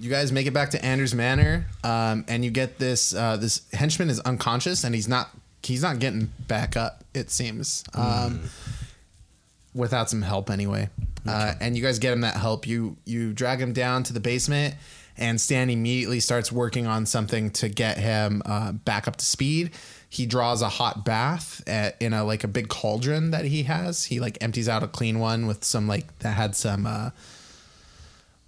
you guys make it back to Anders Manor, um, and you get this. Uh, this henchman is unconscious, and he's not. He's not getting back up. It seems. Um, Without some help, anyway. Uh, and you guys get him that help. You you drag him down to the basement, and Stan immediately starts working on something to get him uh, back up to speed. He draws a hot bath at, in a like a big cauldron that he has. He like empties out a clean one with some like that had some. Uh,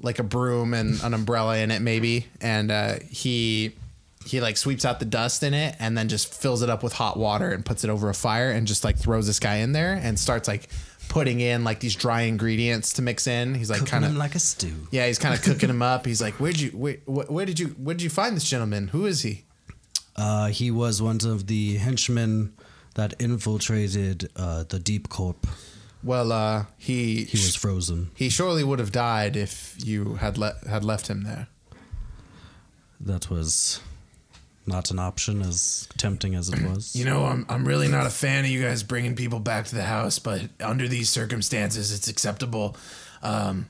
like a broom and an umbrella in it maybe and uh, he he like sweeps out the dust in it and then just fills it up with hot water and puts it over a fire and just like throws this guy in there and starts like putting in like these dry ingredients to mix in he's like kind of like a stew. yeah he's kind of cooking him up he's like where'd you where, wh- where did you where did you find this gentleman who is he Uh, he was one of the henchmen that infiltrated uh, the Deep Corp. well uh he He was frozen. he surely would have died if you had le- had left him there That was not an option, as tempting as it was. You know, I'm I'm really not a fan of you guys bringing people back to the house, but under these circumstances, it's acceptable. Um,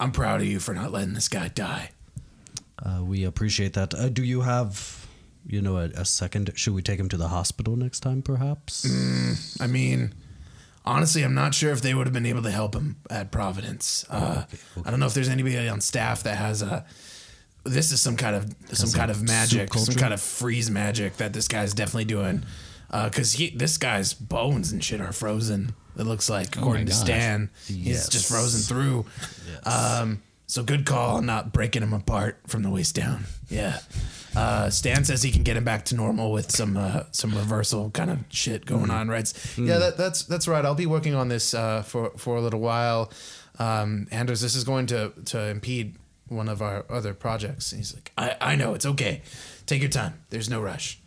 I'm proud of you for not letting this guy die. Uh, we appreciate that. Uh, do you have, you know, a, a second? Should we take him to the hospital next time, perhaps? I mean, honestly, I'm not sure if they would have been able to help him at Providence. Uh, I don't know if there's anybody on staff that has a. This is some kind of some kind of magic, some culture? kind of freeze magic that this guy's definitely doing, because he this guy's bones and shit are frozen. It looks like, according to gosh. Stan, he's just frozen through. Um, so good call on not breaking him apart from the waist down. Yeah. Uh, Stan says he can get him back to normal with some uh, some reversal kind of shit going on, right? Yeah, that, that's that's right. I'll be working on this uh, for for a little while. Um, Anders, this is going to to impede one of our other projects. And he's like, I, I know it's okay. Take your time. There's no rush.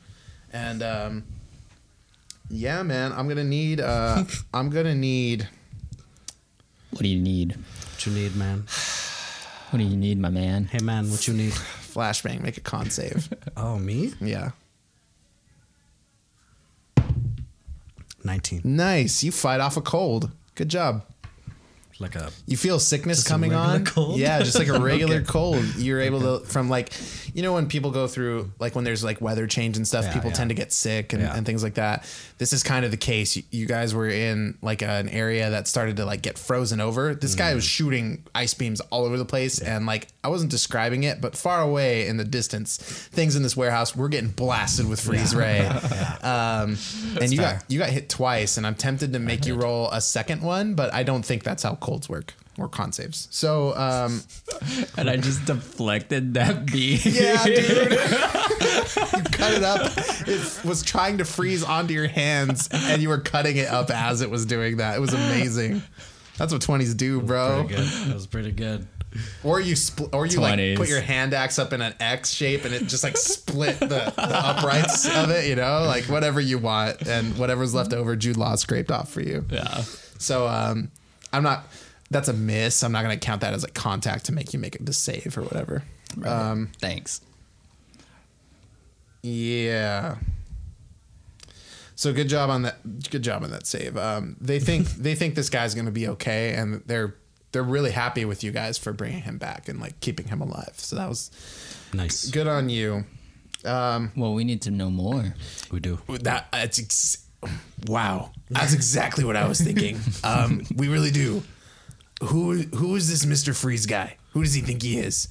And um, yeah, man, I'm gonna need uh, I'm gonna need What do you need? What you need, man? What do you need, my man? Hey, man, what you need? flashbang. Make a con save. Oh, me? yeah. 19. Nice. You fight off a cold. Good job. Like a. You feel sickness Just a coming regular on. cold? Yeah, just like a regular cold. You're able to from like you know when people go through like when there's like weather change and stuff, Yeah, people yeah. tend to get sick and, Yeah. and things like that. This is kind of the case. You, you guys were in like an area that started to like get frozen over. This guy was shooting ice beams all over the place and like I wasn't describing it, but far away in the distance, things in this warehouse were getting blasted with freeze ray. Um, and you got you got hit twice, and I'm tempted to make you roll a second one, but I don't think that's how colds work or con saves. So um, And I just deflected that bee. yeah, dude, you cut it up. It was trying to freeze onto your hands, and you were cutting it up as it was doing that. It was amazing. That's what twenties do, bro. Pretty good. That was pretty good. Or you spl- or you like 20s. put your hand axe up in an X shape, and it just like split the, the uprights of it. You know, like whatever you want, and whatever's left over, Jude Law scraped off for you. Yeah. So um, I'm not. That's a miss. I'm not gonna count that as a contact to make you make it to save or whatever. Um, Thanks. yeah. So good job on that. Good job on that save. Um, they think they think this guy's gonna be okay, and they're they're really happy with you guys for bringing him back and like keeping him alive. So that was Nice. good on you. Well, we need to know more. We do. That that's ex- wow. That's exactly what I was thinking. Um, we really do. Who who is this Mister Freeze guy? Who does he think he is?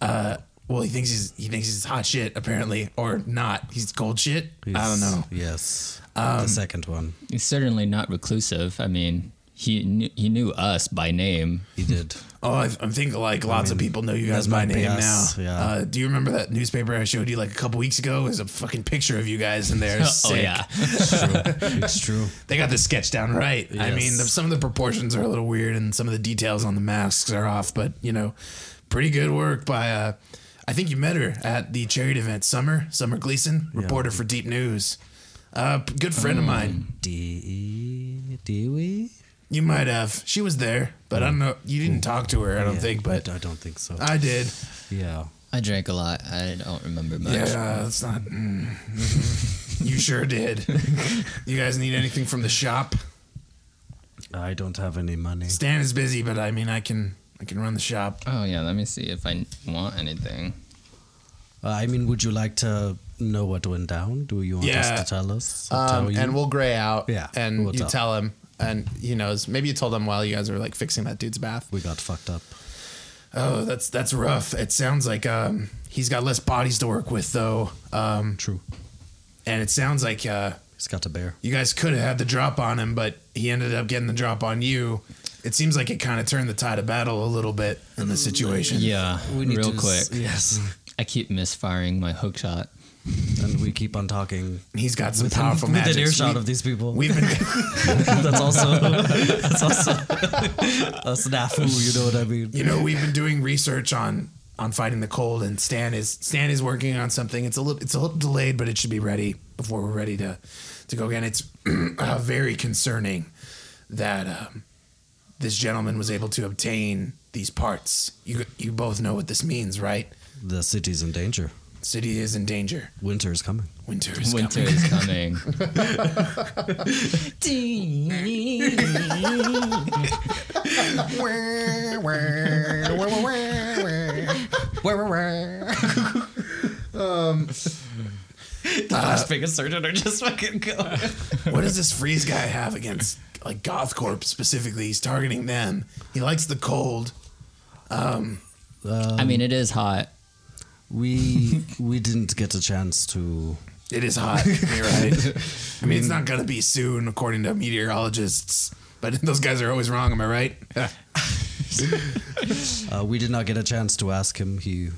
Uh, well, he thinks he's he thinks he's hot shit apparently, or not. He's cold shit. I don't Yes. know. Yes. the second one. He's certainly not reclusive. I mean, he knew, he knew us by name. He did. Oh, I, I think like lots of people know you guys that by might be name us, now. yeah. Uh, do you remember that newspaper I showed you like a couple weeks ago? There's a fucking picture of you guys in there. Oh Sick. yeah. It's true. It's true. They got the sketch down right. I Yes. mean, the, some of the proportions are a little weird, and some of the details on the masks are off. But you know, pretty good work by. Uh, I think you met her at the charity event. Summer, Summer Gleason, reporter for Deep News. Uh, p- good friend of mine. E, D do we? You might have. She was there, but I don't know. You didn't talk to her, I don't Yeah, think, I but d- I don't think so. I did. yeah. I drank a lot. I don't remember much. Yeah, that's not. mm. mm-hmm. you sure did. you guys need anything from the shop? I don't have any money. Stan is busy, but I mean, I can I can run the shop. Oh yeah, let me see if I want anything. Uh, I mean, would you like to know what went down? Do you want us Yeah. to tell us? Um, tell you? and we'll gray out. Yeah, And we'll you tell. tell. him, and he knows. Maybe you told him while you guys were like fixing that dude's bath. we got fucked up. Oh, that's that's rough. It sounds like um, he's got less bodies to work with though. Um, True. and it sounds like uh, He's got a bear. you guys could have had the drop on him, but he ended up getting the drop on you. It seems like it kind of turned the tide of battle a little bit in this situation. Yeah, real quick. s- yes. I keep misfiring my hook shot. and we keep on talking He's got some powerful with magic. an earshot of these people. We've been that's also that's also a snafu. You know what I mean? you know we've been doing research on on fighting the cold and stan is stan is working on something it's a little it's a little delayed but it should be ready before we're ready to to go again it's uh, very concerning that um, this gentleman was able to obtain these parts you you both know what this means right The city's in danger. city is in danger Winter is coming. winter is Winter coming is coming. Las Vegas surgeon or just fucking go. Uh, what does this freeze guy have against like goth corp specifically he's targeting them he likes the cold I mean, it is hot. We we didn't get a chance to. It is hot. You're right. I mean, it's not gonna be soon, according to meteorologists. But those guys are always wrong. Am I right? Uh, we did not get a chance to ask him. He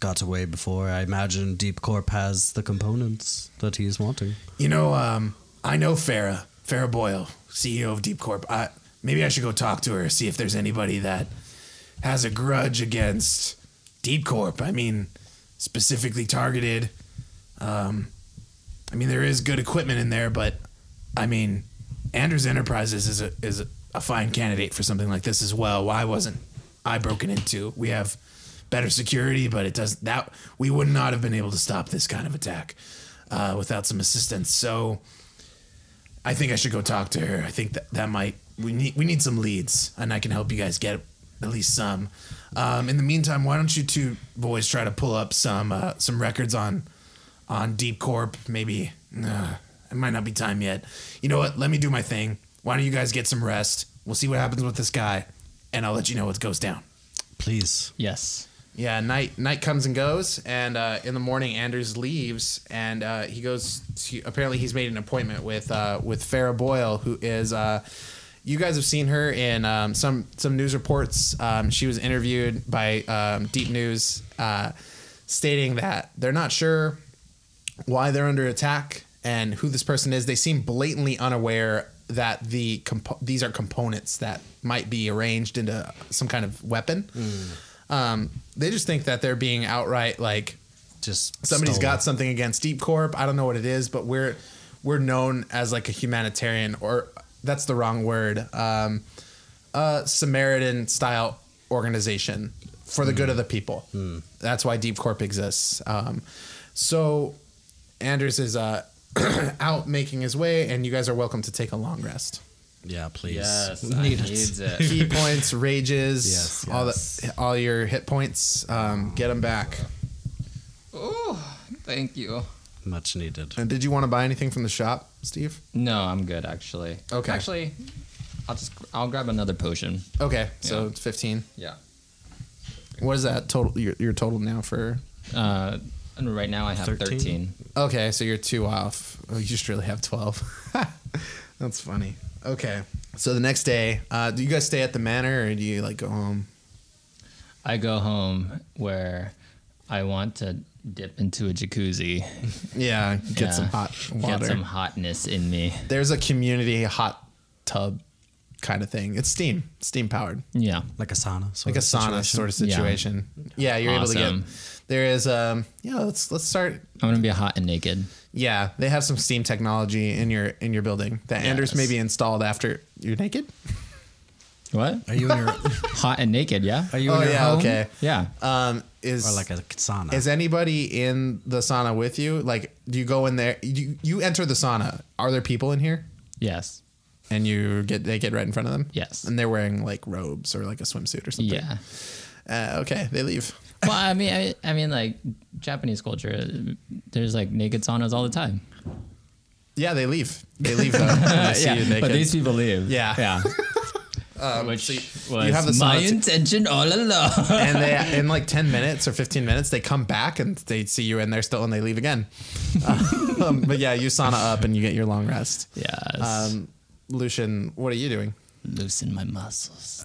got away before. I imagine Deep Corp has the components that he is wanting. you know, um, I know Farah, Farah Boyle, CEO of Deep Corp. I, maybe I should go talk to her, see if there's anybody that has a grudge against Deep Corp. I mean, specifically targeted. Um, I mean, there is good equipment in there, but I mean, Anders Enterprises is a, is a, a fine candidate for something like this as well. Why wasn't I broken into? We have better security, but it does that we would not have been able to stop this kind of attack uh, without some assistance. So I think I should go talk to her. I think that that might we need we need some leads, and I can help you guys get at least some. Um, in the meantime, why don't you two boys try to pull up some uh, some records on on Deep Corp? Maybe uh, it might not be time yet. You know what? Let me do my thing. Why don't you guys get some rest? We'll see what happens with this guy, and I'll let you know what goes down. Please. Yes. Yeah, night night comes and goes, and uh, in the morning Anders leaves, and uh, he goes. To, apparently, he's made an appointment with uh, with Farah Boyle, who is. Uh, you guys have seen her in um, some some news reports. Um, she was interviewed by um, Deep News, uh, stating that they're not sure why they're under attack and who this person is. They seem blatantly unaware that the comp- these are components that might be arranged into some kind of weapon. Um, they just think that they're being outright like Just somebody's stole got it. something against Deep Corp. I don't know what it is, but we're we're known as like a humanitarian or that's the wrong word. Um, a Samaritan style organization for the good Hmm. of the people. That's why Deep Corp exists. Um, so Anders is uh, out making his way, and you guys are welcome to take a long rest. Yeah, please. Need it. Key points, rages, Yes, all yes. the all your hit points, um, get them back. Oh, thank you. Much needed. And did you want to buy anything from the shop, Steve? No, I'm good actually. Okay. Actually, I'll just I'll grab another potion. Okay, so Yeah. it's 15. Yeah. What is that total? Your, your total now for? Uh, and right now I have 13? 13. Okay, so you're two off. Oh, you just really have 12. That's funny. Okay, so the next day, uh, do you guys stay at the manor or do you like go home? I go home where I want to dip into a jacuzzi. Yeah, get Yeah. some hot water. Get some hotness in me. There's a community hot tub kind of thing. It's steam, steam powered, Yeah. Like a sauna. Sort like a of sauna situation. sort of Yeah. situation. Yeah, you're able to Awesome. get. There is um yeah. Let's let's start I'm gonna be hot and naked. Yeah, they have some steam technology in your in your building that Anders Yes. maybe installed after you're naked. What? Are you in your? hot and naked? Yeah. Are you Oh, in your yeah, home? okay. Yeah. Um, is Or like a sauna? is anybody in the sauna with you? Like, do you go in there? You you enter the sauna. Are there people in here? Yes. and you get they get right in front of them. Yes. and they're wearing like robes or like a swimsuit or something. Yeah. Uh, okay, they leave. Well, I mean, I, I mean, like Japanese culture, uh, there's like naked saunas all the time. Yeah, they leave. They leave though. They see you naked. But these people leave. Yeah. Yeah. which so you- was you have the my sauna- intention all along. and they in like 10 minutes or 15 minutes they come back and they see you and they're still and they leave again um, but yeah you sauna up and you get your long rest yes. um, lucian what are you doing Loosen my muscles.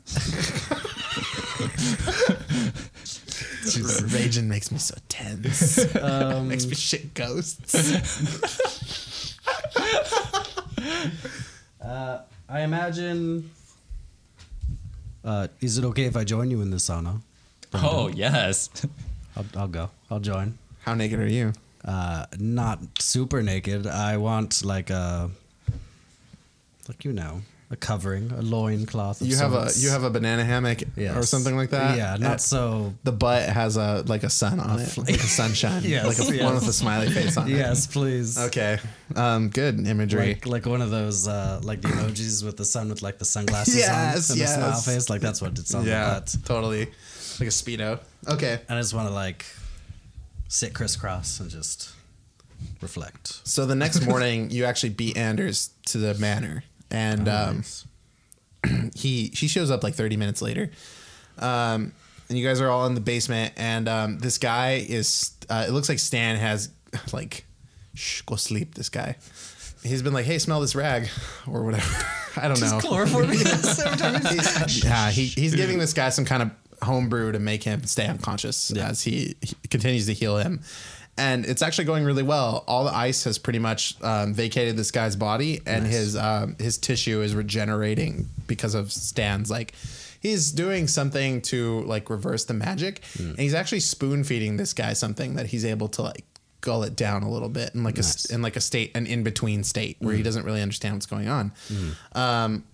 raging makes me so tense makes me shit ghosts I imagine. Uh, is it okay if I join you in the sauna? Oh yes. I'll, I'll go. I'll join. how naked are you Uh, not super naked. I want like a, like you know, a covering, a loin cloth. Of you have a sorts. you have a banana hammock Yes. or something like that Yeah, Uh, not so. the butt has a like a sun on it like a sunshine Yes, like a yes. one with a smiley face on it Yes, please. okay um, good imagery Like, like one of those uh, like the emojis with the sun with like the sunglasses Yes, on and the smile yes. face like that's what it sounds yeah like that. totally like a speedo okay And I just want to like sit crisscross and just reflect. So the next morning, you actually beat Anders to the manor, and um, he she shows up like thirty minutes later, um, and you guys are all in the basement, and um, this guy is. Uh, it looks like Stan has like, shh, go sleep. This guy, he's been like, hey, smell this rag or whatever. I don't know. He's- yeah, he, he's giving this guy some kind of homebrew to make him stay unconscious as he, he continues to heal him. And it's actually going really well. All the ice has pretty much um, vacated this guy's body, and his um, his tissue is regenerating because of Stan's like he's doing something to like reverse the magic, and he's actually spoon feeding this guy something that he's able to like gull it down a little bit in like a in like a state an in between state where he doesn't really understand what's going on. Um,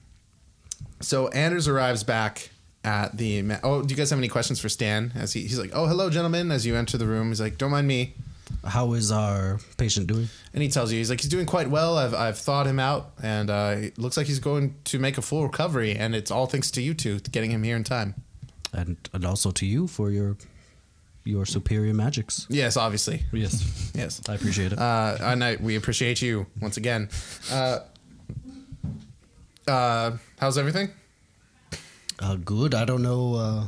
so Anders arrives back at the. Ma- oh, do you guys have any questions for Stan? As he, he's like, "Oh, hello, gentlemen." As you enter the room, he's like, "Don't mind me." How is our patient doing? And he tells you, he's like, "He's doing quite well. I've I've thawed him out, and uh, it looks like he's going to make a full recovery. And it's all thanks to you two getting him here in time." And and also to you for your your superior magics. Yes, obviously. Yes. Yes. I appreciate it. Uh, and I, we appreciate you once again. Uh, uh, how's everything? Uh, good. I don't know uh,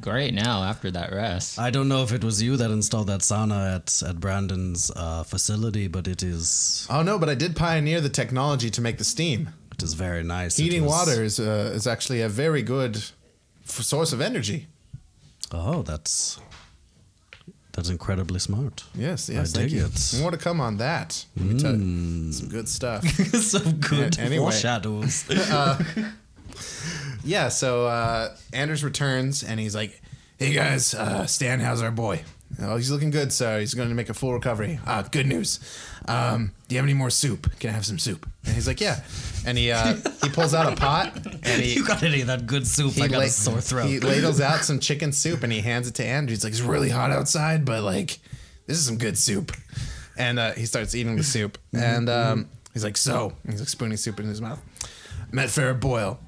Great now after that rest. I don't know if it was you that installed that sauna at at Brandon's uh, facility, but it is Oh no, but I did pioneer the technology to make the steam. it is very nice. It Heating was- water is uh, is actually a very good f- source of energy. Oh, that's that's incredibly smart. Yes, yes, I thank dig you. it. Mm. More to come on that. Let me tell you, some good stuff. Some good A- anyway. foreshadows. yeah, so uh, Anders returns and he's like, "Hey guys, uh, Stan, how's our boy? Oh, he's looking good, sir. He's going to make a full recovery. Ah, good news. Um, do you have any more soup? Can I have some soup?" And he's like, "Yeah." And he uh, he pulls out a pot and he you got any of that good soup? I got la- a sore throat. He ladles out some chicken soup and he hands it to Andrew. He's like, "It's really hot outside, but like, this is some good soup." And uh, he starts eating the soup. Mm-hmm. And um, he's like, "So," and he's like spooning soup in his mouth. Met Farrah Boyle,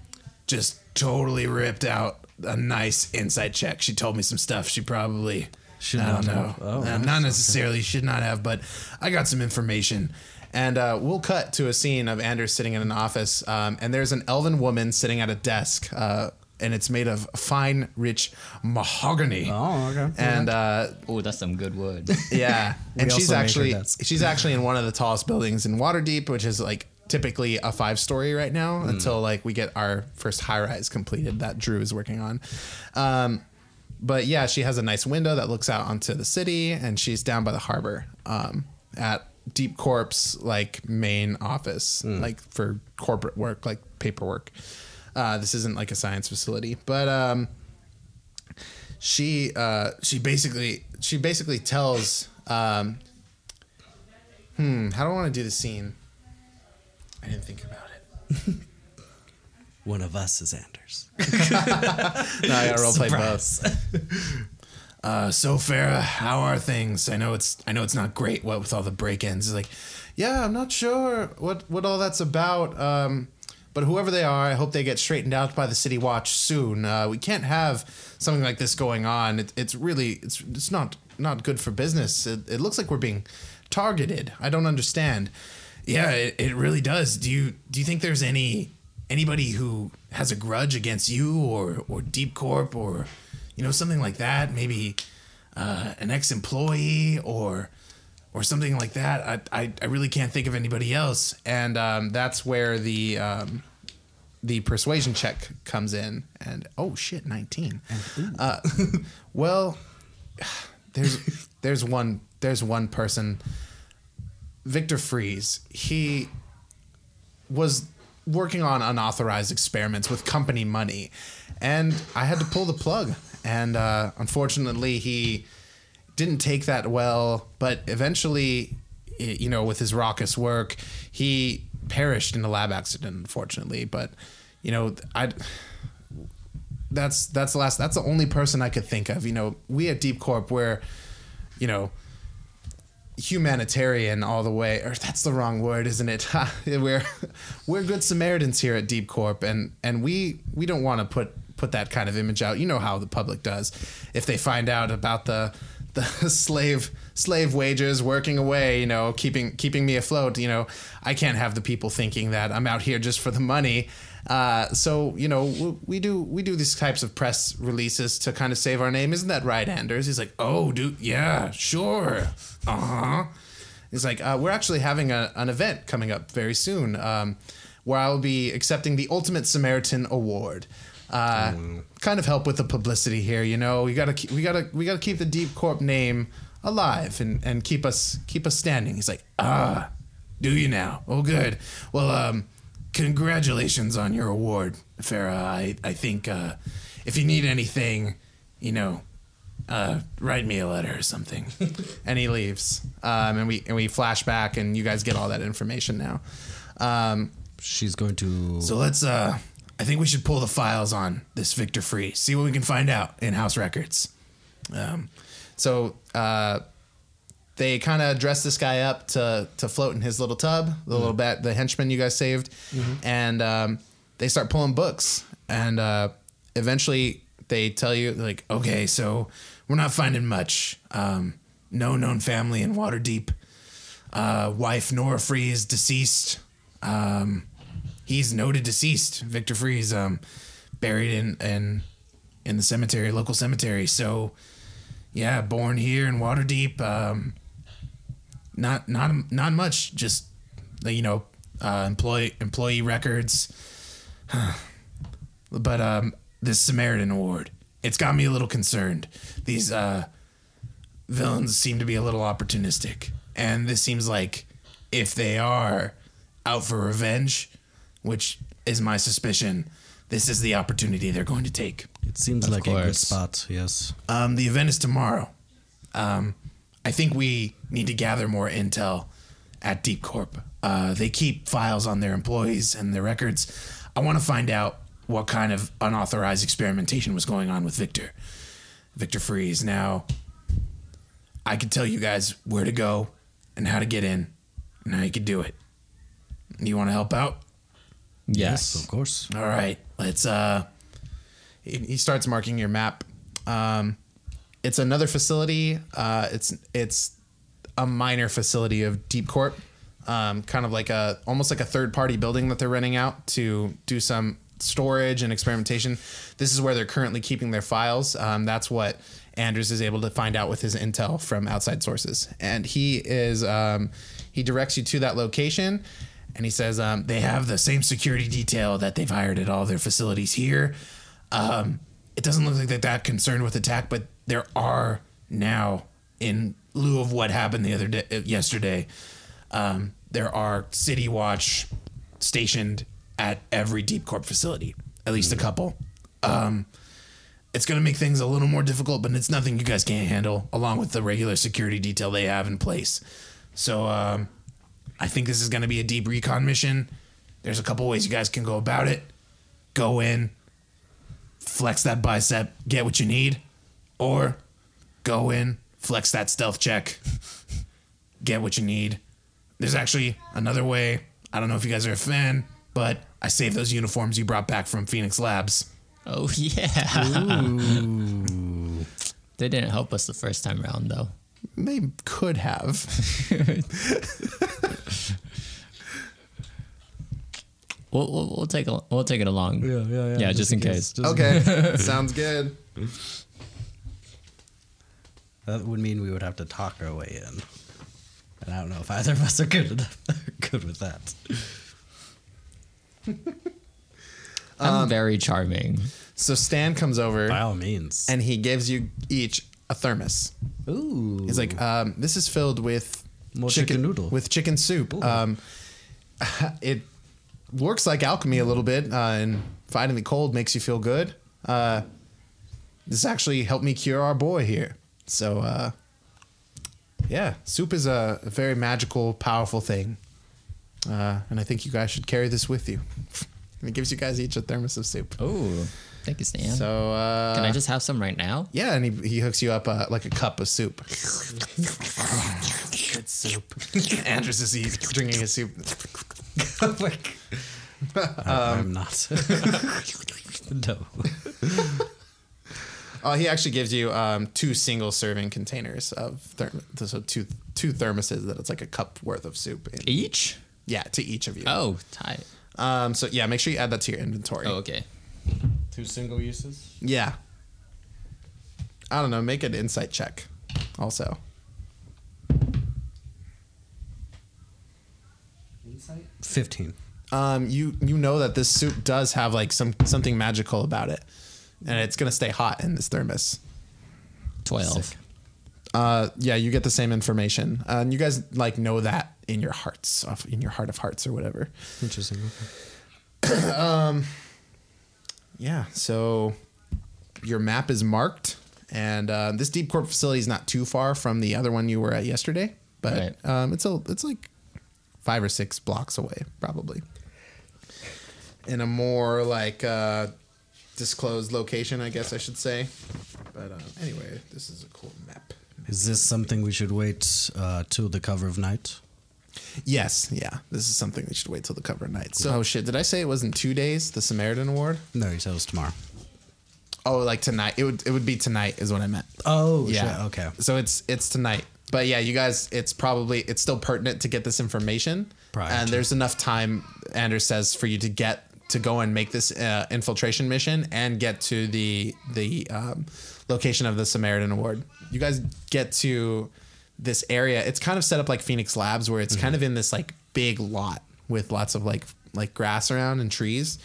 just totally ripped out a nice inside check. She told me some stuff. She probably Should I don't not know. have. Oh, Uh, not necessarily should not have, but I got some information. And uh, we'll cut to a scene of Anders sitting in an office, um, and there's an elven woman sitting at a desk, uh, and it's made of fine, rich mahogany. Oh, okay. And uh, Oh, that's some good wood. yeah, and also she's made her actually desk. she's actually in one of the tallest buildings in Waterdeep, which is like typically a five story right now Hmm. until like we get our first high rise completed that Drew is working on. Um, but yeah, she has a nice window that looks out onto the city, and she's down by the harbor um, at Deep Corp's like main office, Hmm. like for corporate work, like paperwork. Uh, this isn't like a science facility, but um, she uh, she basically she basically tells um, hmm how do I want to do the scene? I didn't think about it. One of us is Anders. No, I gotta roleplay both. Surprise. uh, so Farah, how are things? I know it's I know it's not great. What with all the break-ins, it's like, yeah, I'm not sure what what all that's about. Um, But whoever they are, I hope they get straightened out by the city watch soon. Uh, we can't have something like this going on. It, it's really it's it's not not good for business. It, it looks like we're being targeted. I don't understand. Yeah, it, it really does. Do you do you think there's any anybody who has a grudge against you or or Deep Corp or you know something like that? Maybe uh, an ex-employee or or something like that. I, I, I really can't think of anybody else. And um, that's where the um, the persuasion check comes in. And oh shit, nineteen. Uh, well, there's there's one there's one person, Victor Freeze. He was working on unauthorized experiments with company money, and I had to pull the plug. And uh, unfortunately, he didn't take that well, but eventually, i- you know, with his raucous work, he perished in a lab accident, unfortunately. But, you know, I that's that's the last that's the only person I could think of. You know, we at Deep Corp, we're, you know, humanitarian all the way or that's the wrong word isn't it we're we're good samaritans here at deep corp and and we we don't want to put put that kind of image out you know how the public does if they find out about the the slave slave wages working away you know keeping keeping me afloat you know i can't have the people thinking that i'm out here just for the money uh, so you know we, we do we do these types of press releases to kind of save our name, isn't that right, Anders? He's like, oh, dude, yeah, sure, uh huh. He's like, uh, we're actually having a, an event coming up very soon, um, where I'll be accepting the Ultimate Samaritan Award. Uh, Kind of help with the publicity here, you know. We gotta keep, we gotta we gotta keep the Deep Corp name alive and and keep us keep us standing. He's like, ah, do you now? Oh, good. Well, um, congratulations on your award, Farah. I, I think uh, if you need anything, you know, uh, write me a letter or something. and he leaves. Um, and we and we flash back, and you guys get all that information now. Um, She's going to. so let's. Uh, I think we should pull the files on this Victor Free. See what we can find out in house records. Um, so uh, they kind of dress this guy up to to float in his little tub, the little bat, the henchman you guys saved, and um, they start pulling books. And uh, eventually, they tell you like, okay, so we're not finding much. Um, no known family in Waterdeep. Uh, wife Nora Free is deceased. Um, he's noted deceased. Victor Freeze, um, buried in in in the cemetery, local cemetery. So, yeah, born here in Waterdeep. Um, not not not much. Just you know, uh, employee employee records. but um, this Samaritan Award, it's got me a little concerned. These uh, villains seem to be a little opportunistic, and this seems like if they are out for revenge, which is my suspicion, this is the opportunity they're going to take. It seems like a good course. spot. Yes. Um, the event is tomorrow. Um, I think we need to gather more intel at Deep Corp. Uh, they keep files on their employees and their records. I want to find out what kind of unauthorized experimentation was going on with Victor. Victor Freeze. Now, I could tell you guys where to go and how to get in and how you could do it. You want to help out? Yes. Of course. All right, let's. uh He, he starts marking your map. Um, it's another facility. Uh, it's it's a minor facility of Deep Corp, um, kind of like a almost like a third party building that they're renting out to do some storage and experimentation. This is where they're currently keeping their files. Um, that's what Andrews is able to find out with his intel from outside sources, and he is um, he directs you to that location. And he says um, they have the same security detail that they've hired at all their facilities here. Um, it doesn't look like they're that concerned with attack, but there are now, in lieu of what happened the other day, uh, yesterday, um, there are City Watch stationed at every Deep Corp facility, at least a couple. Um, it's going to make things a little more difficult, but it's nothing you guys can't handle, along with the regular security detail they have in place. So um, I think this is going to be a deep recon mission. There's a couple ways you guys can go about it. Go in, flex that bicep, get what you need, or go in, flex that stealth check, get what you need. There's actually another way. I don't know if you guys are a fan, but I saved those uniforms you brought back from Phoenix Labs. Oh yeah. they didn't help us the first time round though. They could have. We'll, we'll, we'll take a, we'll take it along. Yeah, yeah, yeah. Yeah, just, in case. Just- Okay, sounds good. That would mean we would have to talk our way in. And I don't know if either of us are good enough, good with that. I'm very charming. So Stan comes over By all means. and he gives you each a thermos. ooh, He's like, um, "This is filled with More chicken noodle. with chicken soup." Ooh. Um, it works like alchemy a little bit, uh, and fighting the cold makes you feel good. Uh, this actually helped me cure our boy here. So, uh, yeah, soup is a, a very magical, powerful thing, uh, and I think you guys should carry this with you. and it gives you guys each a thermos of soup. Oh, thank you, Stan. So, uh, Can I just have some right now? yeah, and he, he hooks you up uh, like a cup of soup. Good soup. Andrews is eat- drinking his soup. um, I'm not. no. Oh, he actually gives you um, two single serving containers of therm- so two two thermoses that it's like a cup worth of soup. In. Each? Yeah, to each of you. Oh, tight. Um, so yeah, make sure you add that to your inventory. Oh, okay. Two single uses. Yeah. I don't know. Make an insight check, also. Fifteen. um, you you know that this soup does have like some something magical about it, and it's gonna stay hot in this thermos. Twelve. Uh, yeah, you get the same information, uh, and you guys like know that in your hearts, off in your heart of hearts or whatever. Interesting. Yeah, so your map is marked, and uh, this Deep Corp facility is not too far from the other one you were at yesterday, but Right. um, it's a it's like five or six blocks away, probably. In a more like uh, disclosed location, I guess I should say. But uh, anyway, this is a cool map. Is this something we should wait uh, till the cover of night? Yes, yeah, this is something we should wait till the cover night. So, oh shit, did I say it was in two days? The Samaritan Award? No, he tells us tomorrow. Oh, like tonight? It would it would be tonight is what I meant. Oh, yeah Shit. Okay. so it's it's tonight but yeah you guys it's probably it's still pertinent to get this information Prior and to. there's enough time anders says for you to get to go and make this uh, infiltration mission and get to the the um, location of the samaritan award you guys get to this area it's kind of set up like phoenix labs where it's kind of in this like big lot with lots of like like grass around and trees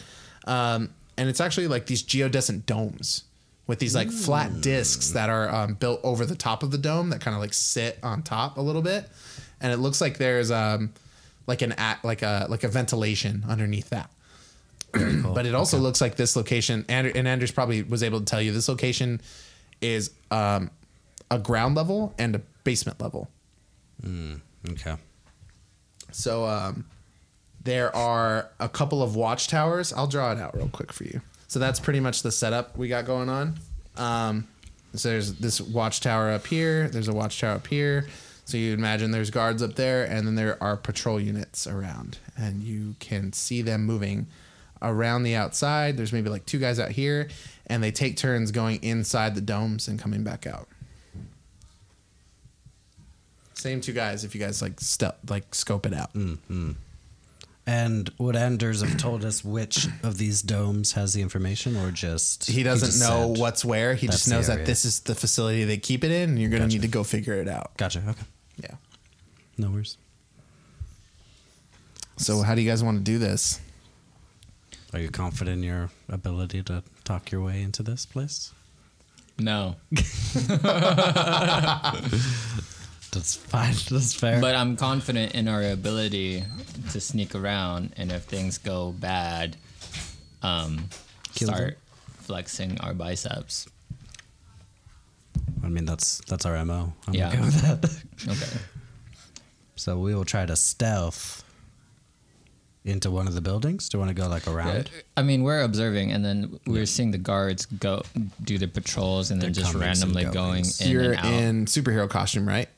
um, and it's actually like these geodescent domes with these like flat discs that are um, built over the top of the dome that kind of like sit on top a little bit, and it looks like there's um like an at like a like a ventilation underneath that. but it also looks like this location, and, and Anders probably was able to tell you this location is um a ground level and a basement level. Okay. So um, there are a couple of watchtowers. I'll draw it out real quick for you. So that's pretty much the setup we got going on. Um, so there's this watchtower up here. There's a watchtower up here. So you imagine there's guards up there, and then there are patrol units around, and you can see them moving around the outside. There's maybe like two guys out here, and they take turns going inside the domes and coming back out. Same two guys if you guys like step like scope it out. And would Anders have told us which of these domes has the information, or just he doesn't just know said- what's where. He That's just the knows that area. this is the facility they keep it in, and you're going to need to go figure it out. Gotcha. Okay. Yeah. No worries. So how do you guys want to do this? Are you confident in your ability to talk your way into this place? No, That's fine. That's fair. but I'm confident in our ability to sneak around, and if things go bad, um, Kill them. start flexing our biceps. I mean, that's that's our mo. I'm Yeah. okay with that. Okay. So we will try to stealth into one of the buildings. Do you want to go like around? I mean, we're observing, and then we're seeing the guards go do the patrols, and then They're just coming and randomly going goings. in you're and out. in superhero costume, right?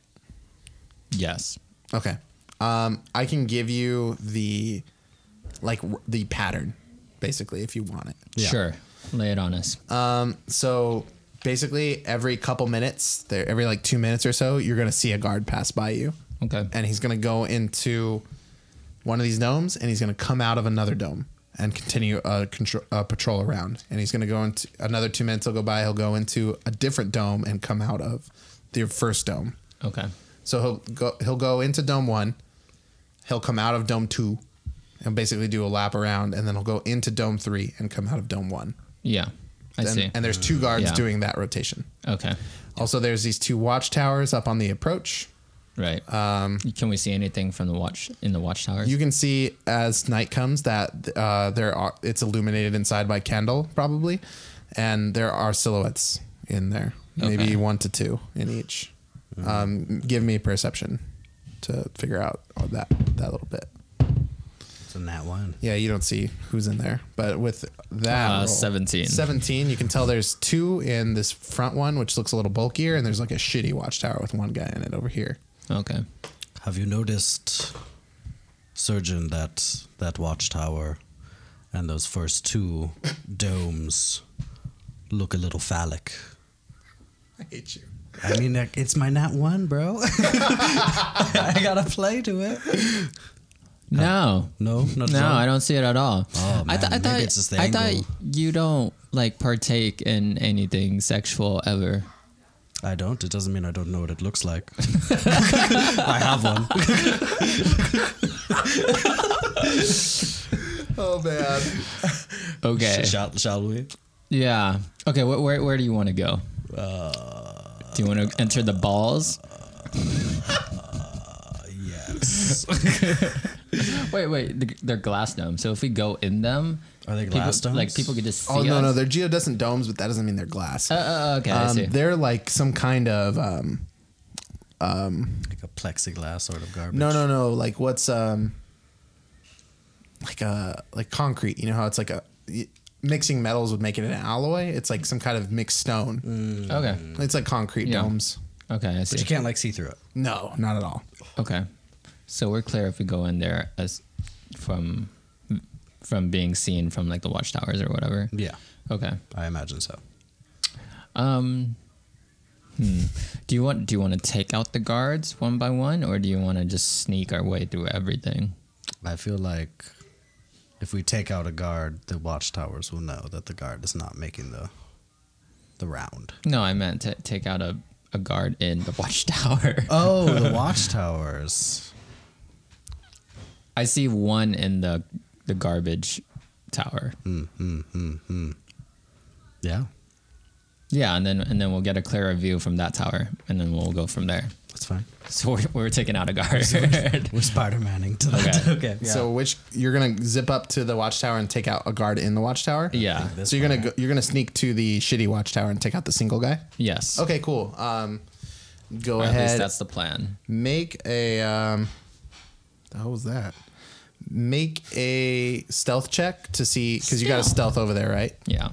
yes. Okay. Um, I can give you the like w- the pattern, basically, if you want it. Yeah. Uh, Sure. Lay it on us. So basically, every couple minutes, there, every like two minutes or so, you're gonna see a guard pass by you, okay. and he's gonna go into one of these domes, and he's gonna come out of another dome and continue a, contro- a patrol around. And he's gonna go into another two minutes. will go by. He'll go into a different dome and come out of the first dome. okay. So he'll go he'll go into dome one, he'll come out of dome two, and basically do a lap around, and then he'll go into dome three and come out of dome one. Yeah. I and, see. and there's two guards Yeah. doing that rotation. okay. Also, there's these two watchtowers up on the approach. Right. Um, Can we see anything from the watch in the watchtowers? You can see as night comes that uh, there are it's illuminated inside by candle probably, and there are silhouettes in there, Okay. Mm-hmm. maybe one to two in each. Um, give me perception to figure out that that little bit. It's in that one. Yeah, you don't see who's in there. But with that Uh, roll- 17. 17, you can tell there's two in this front one, which looks a little bulkier, and there's like a shitty watchtower with one guy in it over here. okay. Have you noticed, Surgeon, that that watchtower and those first two domes look a little phallic? I hate you. I mean, like, it's my nat one, bro. I gotta play to it. No. No, not at No, all? I don't see it at all. Oh, I, man, I maybe thought it's just the I angle. thought you don't like partake in anything sexual ever. I don't. It doesn't mean I don't know what it looks like. I have one. Oh, man. Okay. Shall, shall we? Yeah. Okay. Wh- where where do you want to go? Uh, do you want to enter the balls? Yes. Wait, wait. th- They're glass domes. So if we go in them, Are they people- glass domes? Like people could just see oh, no, us. no. They're geodescent domes, but that doesn't mean they're glass. Uh, uh, okay, I um, see. they're like some kind of. Um, like a plexiglass sort of garbage. no, no, no. Like what's. Um, like a like concrete. You know how it's like a. y- Mixing metals would make it an alloy. It's like some kind of mixed stone. Okay, It's like concrete Mm. Yeah. domes. okay, I But you see. can't like see through it. No, not at all. Okay, so we're clear if we go in there as from from being seen from like the watchtowers or whatever. Yeah, Okay. I imagine so. Um. hmm. Do you want do you want to take out the guards one by one, or do you want to just sneak our way through everything? I feel like if we take out a guard, the watchtowers will know that the guard is not making the the round. No, I meant to take out a, a guard in the watchtower. Oh, the watchtowers. I see one in the the garbage tower. Hmm. Yeah, Yeah, and then and then we'll get a clearer view from that tower, and then we'll go from there. that's fine. So we're, we're taking out a guard. We're Spider Manning to that. Okay. So which you're gonna zip up to the watchtower and take out a guard in the watchtower? yeah. This So you're one. gonna go, you're gonna sneak to the shitty watchtower and take out the single guy. Yes. Okay, cool. Um, go Or at least ahead. that's the plan. Make a um, how was that? Make a stealth check to see because you got a stealth over there, right? Yeah.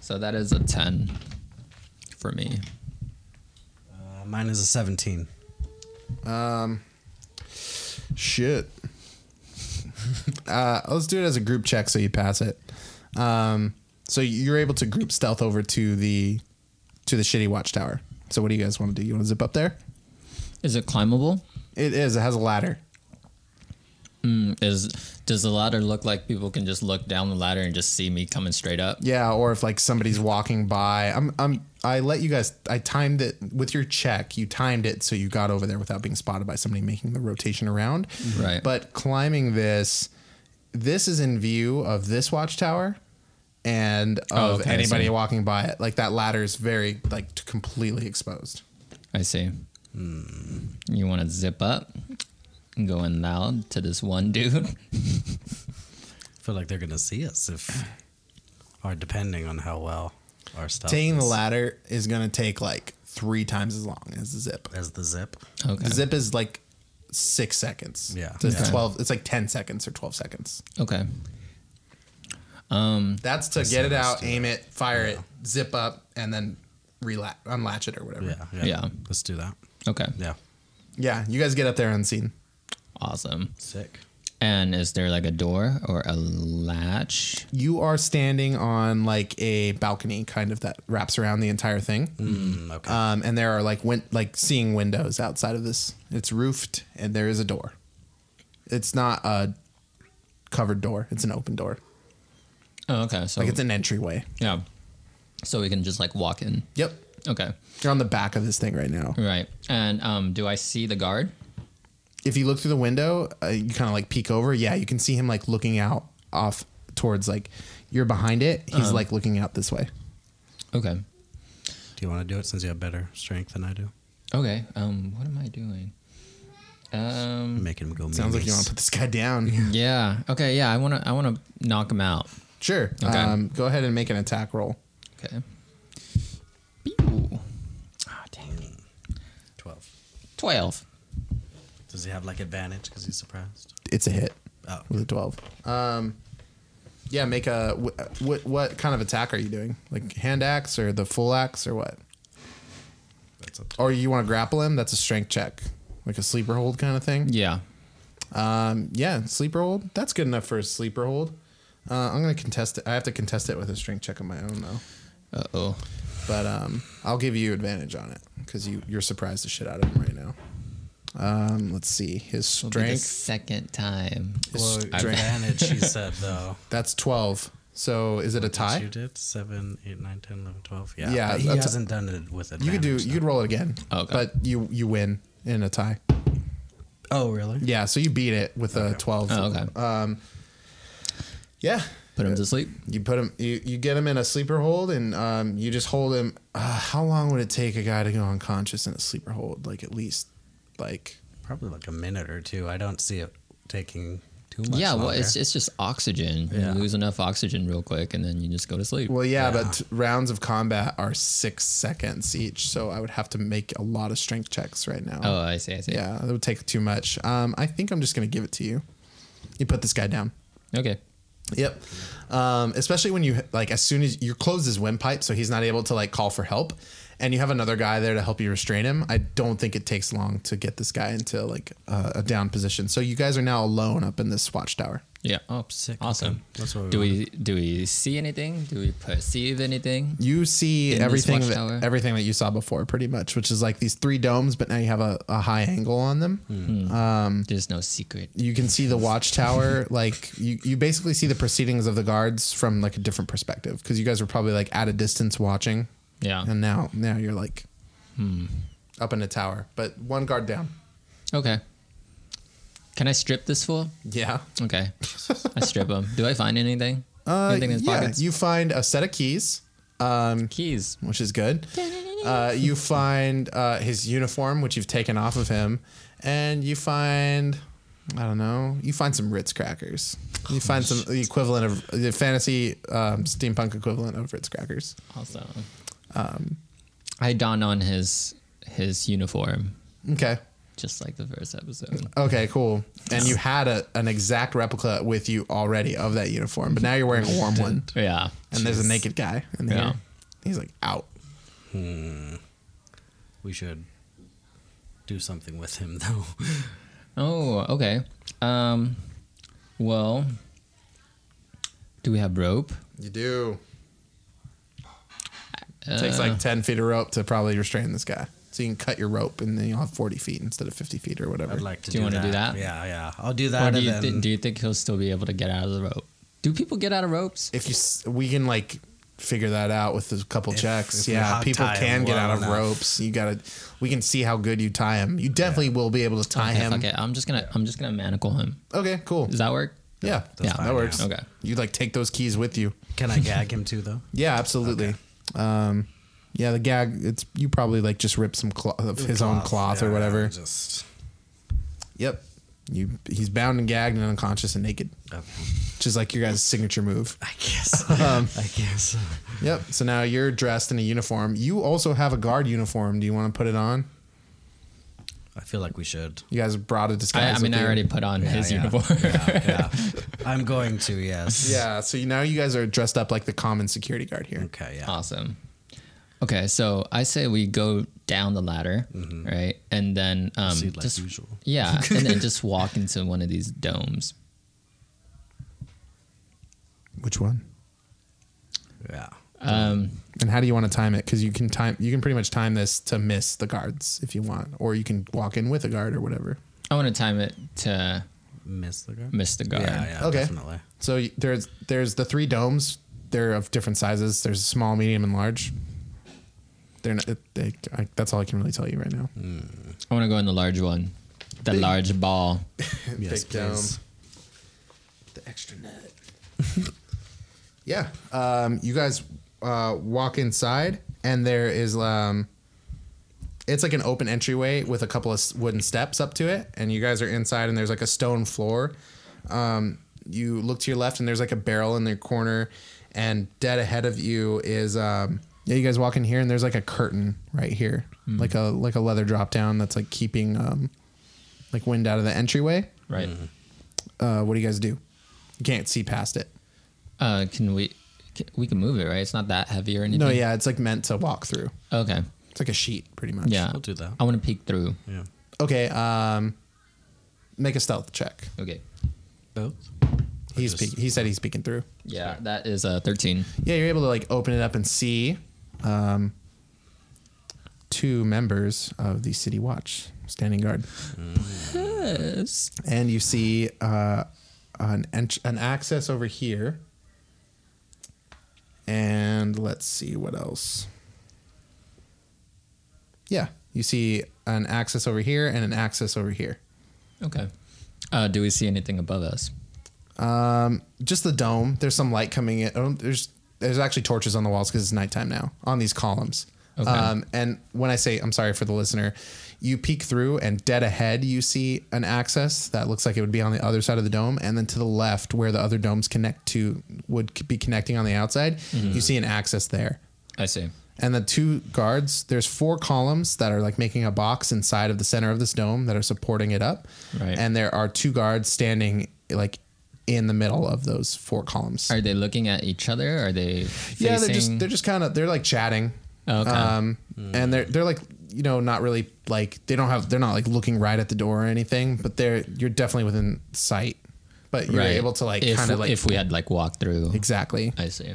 So that is a ten for me. Uh, mine is a seventeen. Shit. uh, let's do it as a group check so you pass it. Um, so you're able to group stealth over to the to the shitty watchtower. So what do you guys want to do? You want to zip up there? Is it climbable? It is. It has a ladder. Mm, Is does the ladder look like people can just look down the ladder and just see me coming straight up? Yeah, or if like somebody's walking by. I'm I'm I let you guys I timed it with your check. You timed it so you got over there without being spotted by somebody making the rotation around. Mm-hmm. Right. But climbing this this is in view of this watchtower and of Oh, okay, I anybody see. walking by it. Like that ladder is very like t- completely exposed. I see. Hmm. You want to zip up and go in loud to this one dude? I feel like they're gonna see us if, or depending on how well our Oh, stuff. Taking the is. ladder is going to take like 3 times as long as the zip. as the zip. Okay. The zip is like 6 seconds. Yeah. So it's Okay. 12 it's like 10 seconds or 12 seconds. Okay. Um, That's to get it out, aim it, fire it, zip up, and then rela- unlatch it or whatever. Yeah, yeah, Yeah. Let's do that. Okay. Yeah, Yeah, you guys get up there unseen. Awesome. sick. And is there like a door or a latch? You are standing on like a balcony, kind of that wraps around the entire thing. Mm, okay. Um, and there are like win- like seeing windows outside of this. It's roofed, and there is a door. It's not a covered door; it's an open door. Oh, okay. So Like it's an entryway. yeah. So we can just like walk in. Yep, Okay. you're on the back of this thing right now. Right. And um, do I see the guard? If you look through the window, uh, you kind of like peek over. Yeah, you can see him like looking out off towards like you're behind it. He's like looking out this way. Okay. Do you want to do it since you have better strength than I do? Okay. Um, what am I doing? Um. Make him go. Sounds like you want memes. to put this guy down. Yeah. Okay. Yeah. I wanna. I wanna knock him out. Sure. Okay. Um, go ahead and make an attack roll. Okay. Pew. Ah, dang it. twelve. Twelve. Does he have like advantage because he's surprised? It's a hit Oh, with a twelve. Um, yeah. Make a wh- what? What kind of attack are you doing? Like hand axe or the full axe or what? that's up. to- Or you want to grapple him? That's a strength check, like a sleeper hold kind of thing. Yeah. Um, yeah, sleeper hold. That's good enough for a sleeper hold. Uh, I'm gonna contest it. I have to contest it with a strength check of my own though. Uh oh. But um, I'll give you advantage on it because you you're surprised the shit out of him right now. Um, let's see his strength. second time. Well, advantage. he said though. That's twelve. So is it a tie? You did seven, eight, nine, ten, eleven, twelve. Yeah. Yeah, but he that's- hasn't done it with advantage. You could do. You could though. roll it again. Oh, Okay. But you you win in a tie. Oh, really? Yeah. So you beat it with a twelve. Oh, okay. Um. Yeah. Put him to sleep. You put him. You, you get him in a sleeper hold, and um, you just hold him. Uh, how long would it take a guy to go unconscious in a sleeper hold? Like at least, like Probably like a minute or two. I don't see it taking too much. yeah. Well, longer. it's it's just oxygen. Yeah. You lose enough oxygen real quick, and then you just go to sleep. well, yeah, but rounds of combat are six seconds each, so I would have to make a lot of strength checks right now. oh, I see. I see. Yeah, that would take too much. Um, I think I'm just gonna give it to you. You put this guy down. Okay. Yep. Um, especially when you like, as soon as you close his windpipe, so he's not able to like call for help, and you have another guy there to help you restrain him. I don't think it takes long to get this guy into like a a down position. So you guys are now alone up in this watchtower. Yeah. Oh, Sick. Awesome. Okay. That's what we do we do we see anything? Do we perceive anything? You see In this everything watchtower? that everything that you saw before, pretty much, which is like these three domes, but now you have a, a high angle on them. Mm. There's no secret. You can see the watchtower, like you, you basically see the proceedings of the guards from like a different perspective because you guys were probably like at a distance watching. Yeah. Hmm. and now now you're like up in a tower, but one guard down. Okay. Can I strip this fool? Yeah, Okay. I strip him. Do I find anything? uh, anything in his yeah. pockets? You find a set of keys, um, Keys. which is good. Uh, you find uh, his uniform, which you've taken off of him, and you find. I don't know. You find some Ritz crackers. You find some the equivalent of the fantasy um, steampunk equivalent of Ritz crackers. Also. Um, I don on his his uniform, Okay. just like the first episode. Okay, cool. And you had a, an exact replica with you already of that uniform, but now you're wearing a warm one. Yeah. and there's a naked guy in Yeah. here. He's like out. we should do something with him though. Oh, okay. Um well do we have rope? You do. It Uh. takes like 10 feet of rope to probably restrain this guy. So you can cut your rope and then you'll have 40 feet instead of 50 feet or whatever. I'd like to. Do, Do you wanna do that? Yeah, yeah. I'll do Or that. do and you, then thi- do you think he'll still be able to get out of the rope? Do people get out of ropes? if you, s- we can like figure that out with a couple If- checks. if we yeah. hog People tie him can get well out of enough. ropes. You gotta, we can see how good you tie him. You definitely will be able to tie okay, him. fuck it. I'm just gonna I'm just gonna manacle him. Okay, cool. Does that work? yeah. that's yeah. fine, That yeah. works. Okay. You like take those keys with you. can I gag him too though? Yeah, absolutely. Um, yeah, the gag. It's you probably like just rip some cloth of his own cloth yeah, or whatever. Just Yep. You he's bound and gagged and unconscious and naked, okay. which is like your guys' signature move. um, I guess. I guess. Yep. So now you're dressed in a uniform. You also have a guard uniform. Do you want to put it on? I feel like we should. You guys brought a I, disguise. I mean with I you. already put on his yeah, uniform. Yeah, yeah. I'm going to. Yes. Yeah. So you, now you guys are dressed up like the common security guard here. Okay. Yeah. Awesome. Okay, so I say we go down the ladder, right, and then um, Mm-hmm. Proceed like just usual. yeah, and then just walk into one of these domes. Which one? Yeah. Um, And how do you want to time it? Because you can time you can pretty much time this to miss the guards if you want, or you can walk in with a guard or whatever. I want to time it to Miss the guard? miss the guard. Yeah, yeah, Okay. definitely. So y- there's there's the three domes. They're of different sizes. There's small, medium, and large. They're not. They, I, that's all I can really tell you right now. I want to go in the large one, the large ball. Yes, Big dome. please. The extra net. yeah. Um, you guys uh, walk inside, and there is um, it's like an open entryway with a couple of s- wooden steps up to it, and you guys are inside, and there's like a stone floor. Um, you look to your left, and there's like a barrel in the corner, and dead ahead of you is um, yeah. You guys walk in here, and there's like a curtain right here, like a like a leather drop down that's like keeping um, like wind out of the entryway Right. Mm-hmm. uh, what do you guys do? You can't see past it. Uh, can we? Can, we can move it, right? It's not that heavy or anything. No, yeah, it's like meant to walk through. Okay. It's like a sheet, pretty much. Yeah. I'll do that. I want to peek through. Yeah. Okay. Um, make a stealth check. Okay. Both? He's just- peek- he said he's peeking through. Yeah, that is uh, 13. Yeah, you're able to like open it up and see um, two members of the city watch standing guard, Yes. and you see uh, an ent- an access over here. And let's see what else. Yeah, you see an axis over here and an axis over here. Okay. Uh, do we see anything above us? Um, just the dome. There's some light coming in. Oh, there's there's actually torches on the walls because it's nighttime now on these columns. Okay. Um, and when I say, I'm sorry for the listener, you peek through and dead ahead you see an access that looks like it would be on the other side of the dome, and then to the left where the other domes connect to would be connecting on the outside, you see an access there I see. and the two guards there's four columns that are like making a box inside of the center of this dome that are supporting it up Right. and there are two guards standing like in the middle of those four columns Are they looking at each other? Are they facing? yeah they're just they're just kind of they're like chatting Okay. um and they're they're like you know not really like they don't have they're not like looking right at the door or anything but they're you're definitely within sight but you're able to like If- kind of like Hmm. if we had like walked through. exactly I see.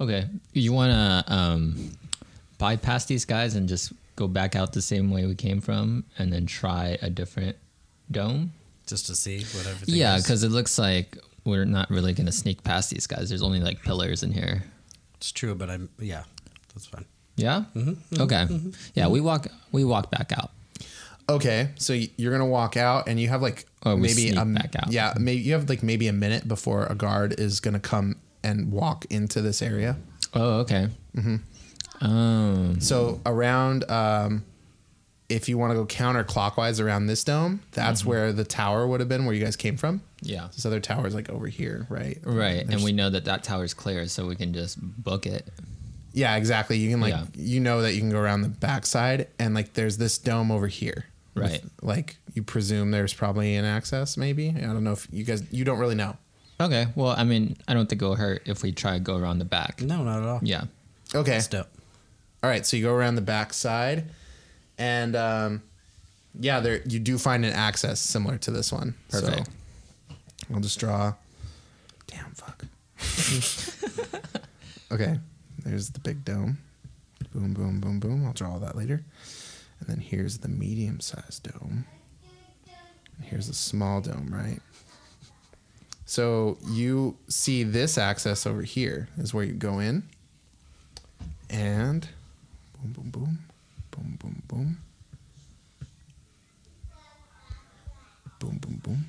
Okay, you want to um, bypass these guys and just go back out the same way we came from, and then try a different dome. Just to see what everything Yeah, is. because it looks like we're not really going to sneak past these guys. There's only like pillars in here. It's true, but I'm. Yeah, that's fine. Yeah. Mm-hmm, okay. yeah, we walk. We walk back out. Okay, so y- you're gonna walk out, and you have like Or Oh, we maybe sneak um, back out. Yeah, maybe you have like maybe a minute before a guard is gonna come and walk into this area. Oh, okay. Mm-hmm. Um. So around, um, if you want to go counterclockwise around this dome, that's Mm-hmm. where the tower would have been, where you guys came from. Yeah. This other tower is like over here, right? Right, and There's- we know that that tower's clear, so we can just book it. yeah, exactly. You can like Yeah. you know that you can go around the backside, and like there's this dome over here. with, Right. like you presume there's probably an access, maybe. I don't know if you guys you don't really know. Okay. Well, I mean, I don't think it'll hurt if we try to go around the back. No, not at all. Yeah. Okay. It's dope. All right, so you go around the back side, and um, yeah, there you do find an access similar to this one. Perfect. So I'll just draw. Damn fuck. okay, there's the big dome. Boom, boom, boom, boom. I'll draw all that later. And then here's the medium-sized dome. And here's the small dome, right? So you see this access over here is where you go in. And boom, boom, boom, boom, boom, boom, boom, boom, boom.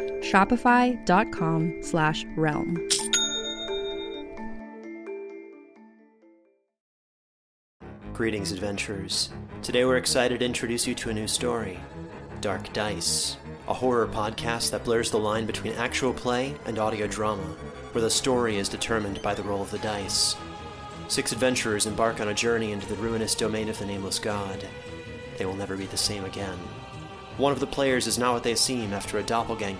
shopify.com slash realm Greetings, adventurers. Today we're excited to introduce you to a new story Dark Dice, a horror podcast that blurs the line between actual play and audio drama, where the story is determined by the roll of the dice. Six adventurers embark on a journey into the ruinous domain of the Nameless God. They will never be the same again. One of the players is not what they seem after a doppelganger,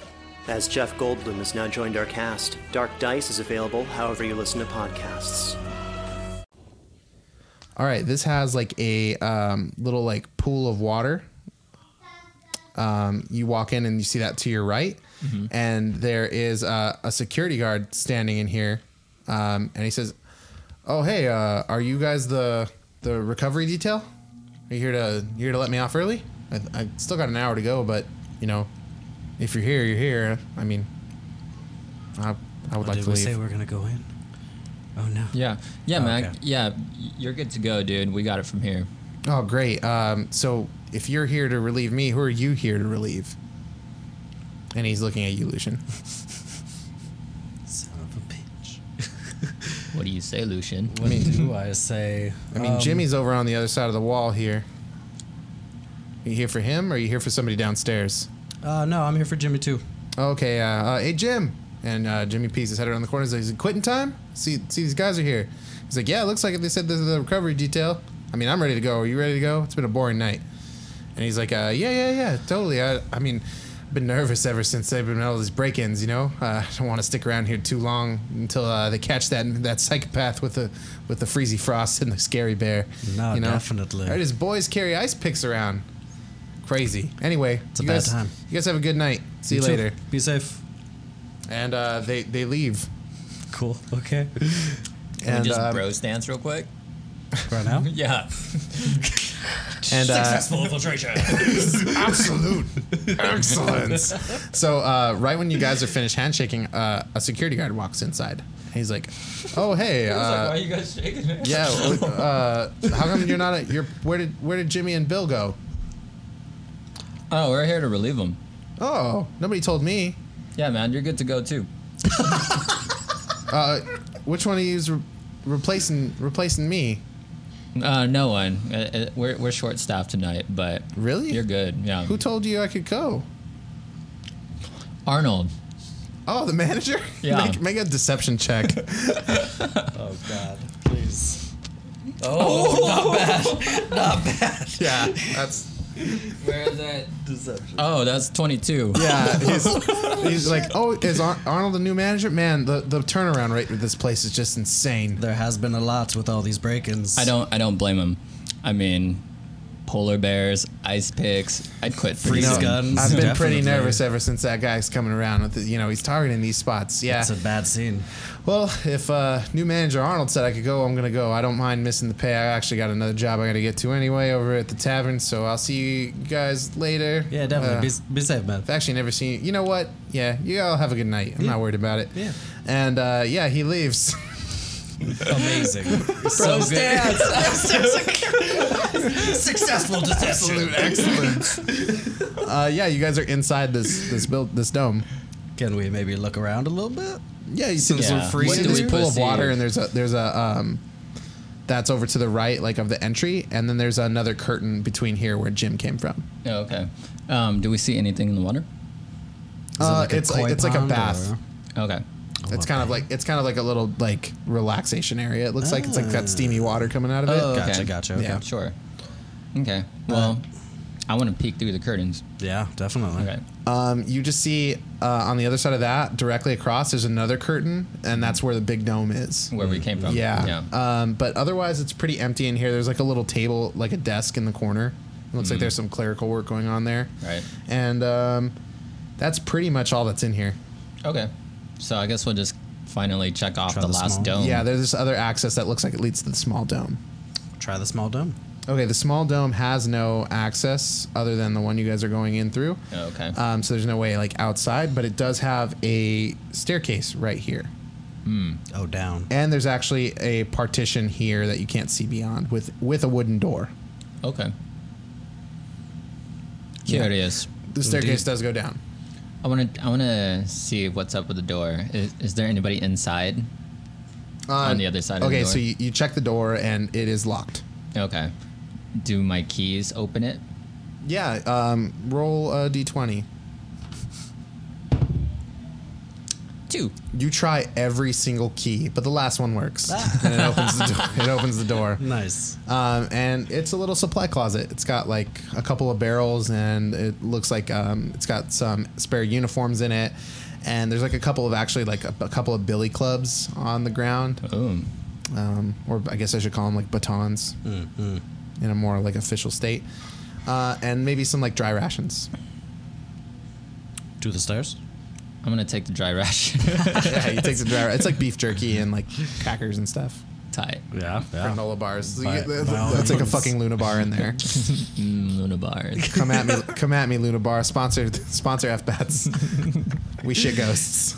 As Jeff Goldblum has now joined our cast, Dark Dice is available however you listen to podcasts. All right, this has like a um, little like pool of water. Um, you walk in and you see that to your right, Mm-hmm. and there is uh, a security guard standing in here, um, and he says, "Oh hey, uh, are you guys the the recovery detail? Are you here to you here to let me off early? I, I still got an hour to go, but you know, if you're here, you're here. I mean, I I would Oh, like did to we leave. say we're gonna go in? Oh no. Yeah. Yeah, Oh, man. okay. Yeah, you're good to go, dude. We got it from here. Oh, great. Um, so if you're here to relieve me, who are you here to relieve? And he's looking at you, Lucian. Son of a bitch. What do you say, Lucian? What do I say? I mean, Um, Jimmy's over on the other side of the wall here. Are you here for him or are you here for somebody downstairs? Uh, no, I'm here for Jimmy too. Okay, uh, uh, hey, Jim. And uh, Jimmy pees his head around the corner. He's like, "Is it quitting time? See, see, these guys are here. He's like, yeah, it looks like they said this is the recovery detail. I mean, I'm ready to go. Are you ready to go? It's been a boring night. And he's like, uh, yeah, yeah, yeah, totally. I, I mean, I've been nervous ever since they've been all these break-ins. You know, uh, I don't want to stick around here too long until uh, they catch that that psychopath with the with the freezy frost and the scary bear. No, you know? definitely. I heard his boys carry ice picks around. Crazy. Anyway, It's a you bad guys, time. You guys have a good night. See you too. later Be safe. and uh, they they leave. Cool. Okay. Can and we just um, bro stance real quick? right now. Yeah. and uh, infiltration. absolute excellence. So uh, right when you guys are finished handshaking, uh, a security guard walks inside. He's like, "Oh hey, uh, you guys shaking it? yeah, uh, how come you're not? At, you're where did where did Jimmy and Bill go? Oh, we're here to relieve him. Oh, nobody told me. Yeah, man. You're good to go, too. Which one of you's re- replacing replacing me? Uh, no one. Uh, uh, we're we're short staffed tonight, but Really? you're good. Yeah. Who told you I could go? Arnold. Oh, the manager. Yeah. make, make a deception check. Oh God, please. Oh, yeah, that's Where is it? deception. Oh, that's 22. Yeah, he's, he's like, oh, is Ar- Arnold the new manager? Man, the, the turnaround rate with this place is just insane. There has been a lot with all these break-ins. I don't I don't blame him. I mean, polar bears, ice picks. I'd quit for Freeze these gun. Um, guns, I've been definitely. pretty nervous ever since that guy's coming around. With the, you know, he's targeting these spots. Yeah. It's a bad scene. well, if uh, new manager Arnold said I could go, I'm gonna go. I don't mind missing the pay. I actually got another job I gotta get to anyway over at the tavern. So I'll see you guys later. Yeah, definitely. Uh, be, be safe, man. I've actually never seen. You know what? Yeah, you all have a good night. I'm not worried about it. Yeah. And uh, yeah, he leaves. Amazing. so Pro good. Successful, just absolute excellence. Uh, yeah, you guys are inside this this build this dome. Can we maybe look around a little bit? Yeah, you see this Yeah. little freeze What do this we pool of perceive? water, and there's a there's a um, that's over to the right, like of the entry, and then there's another curtain between here where Jim came from. Yeah, Oh, okay. Um, do we see anything in the water? Is it Uh, like a it's koi like it's like a pond bath. or- Okay. It's kind of like it's kind of like a little like relaxation area. It looks like it's like Ah. got steamy water coming out of it. Oh, okay. Gotcha, gotcha. Yeah. Okay. Sure. Okay. Well, I want to peek through the curtains. Yeah, definitely. Okay. Um, you just see uh, on the other side of that, directly across, there's another curtain, and that's where the big dome is. Where we came from. Yeah. Um, but otherwise, it's pretty empty in here. There's like a little table, like a desk in the corner. It looks like there's some clerical work going on there. Mm-hmm. Right. And um, that's pretty much all that's in here. Okay. So I guess we'll just finally check off Try the, the last small. dome. Yeah, there's this other access that looks like it leads to the small dome. Try the small dome. Okay, the small dome has no access other than the one you guys are going in through. Oh, Okay. Um, so there's no way like outside, but it does have a staircase right here. Oh, down. And there's actually a partition here that you can't see beyond with with a wooden door. okay. Curious. The staircase does go down. I want to. I want to see what's up with the door. Is, is there anybody inside? Uh, the other side of the Okay, door. so you, you check the door and it is locked. Okay. Do my keys open it? Yeah, um, roll a d20. Two. You try every single key, but the last one works. Ah. and it opens the door. It opens the door. Nice. Um, and it's a little supply closet. It's got like a couple of barrels, and it looks like um, it's got some spare uniforms in it. And there's like a couple of actually like a, a couple of billy clubs on the ground, Oh. um, or I guess I should call them like batons, in a more like official state, uh, and maybe some like dry rations. To the stairs. I'm gonna take the dry rash. yeah, you take the dry. It's like beef jerky and like crackers and stuff. Tight. Yeah. Granola bars. So you By- get the- by all that's like a means. fucking Luna bar in there. Mm, Luna bars. Come at me, come at me, Luna Bar. Sponsor, sponsor F bats. We shit ghosts.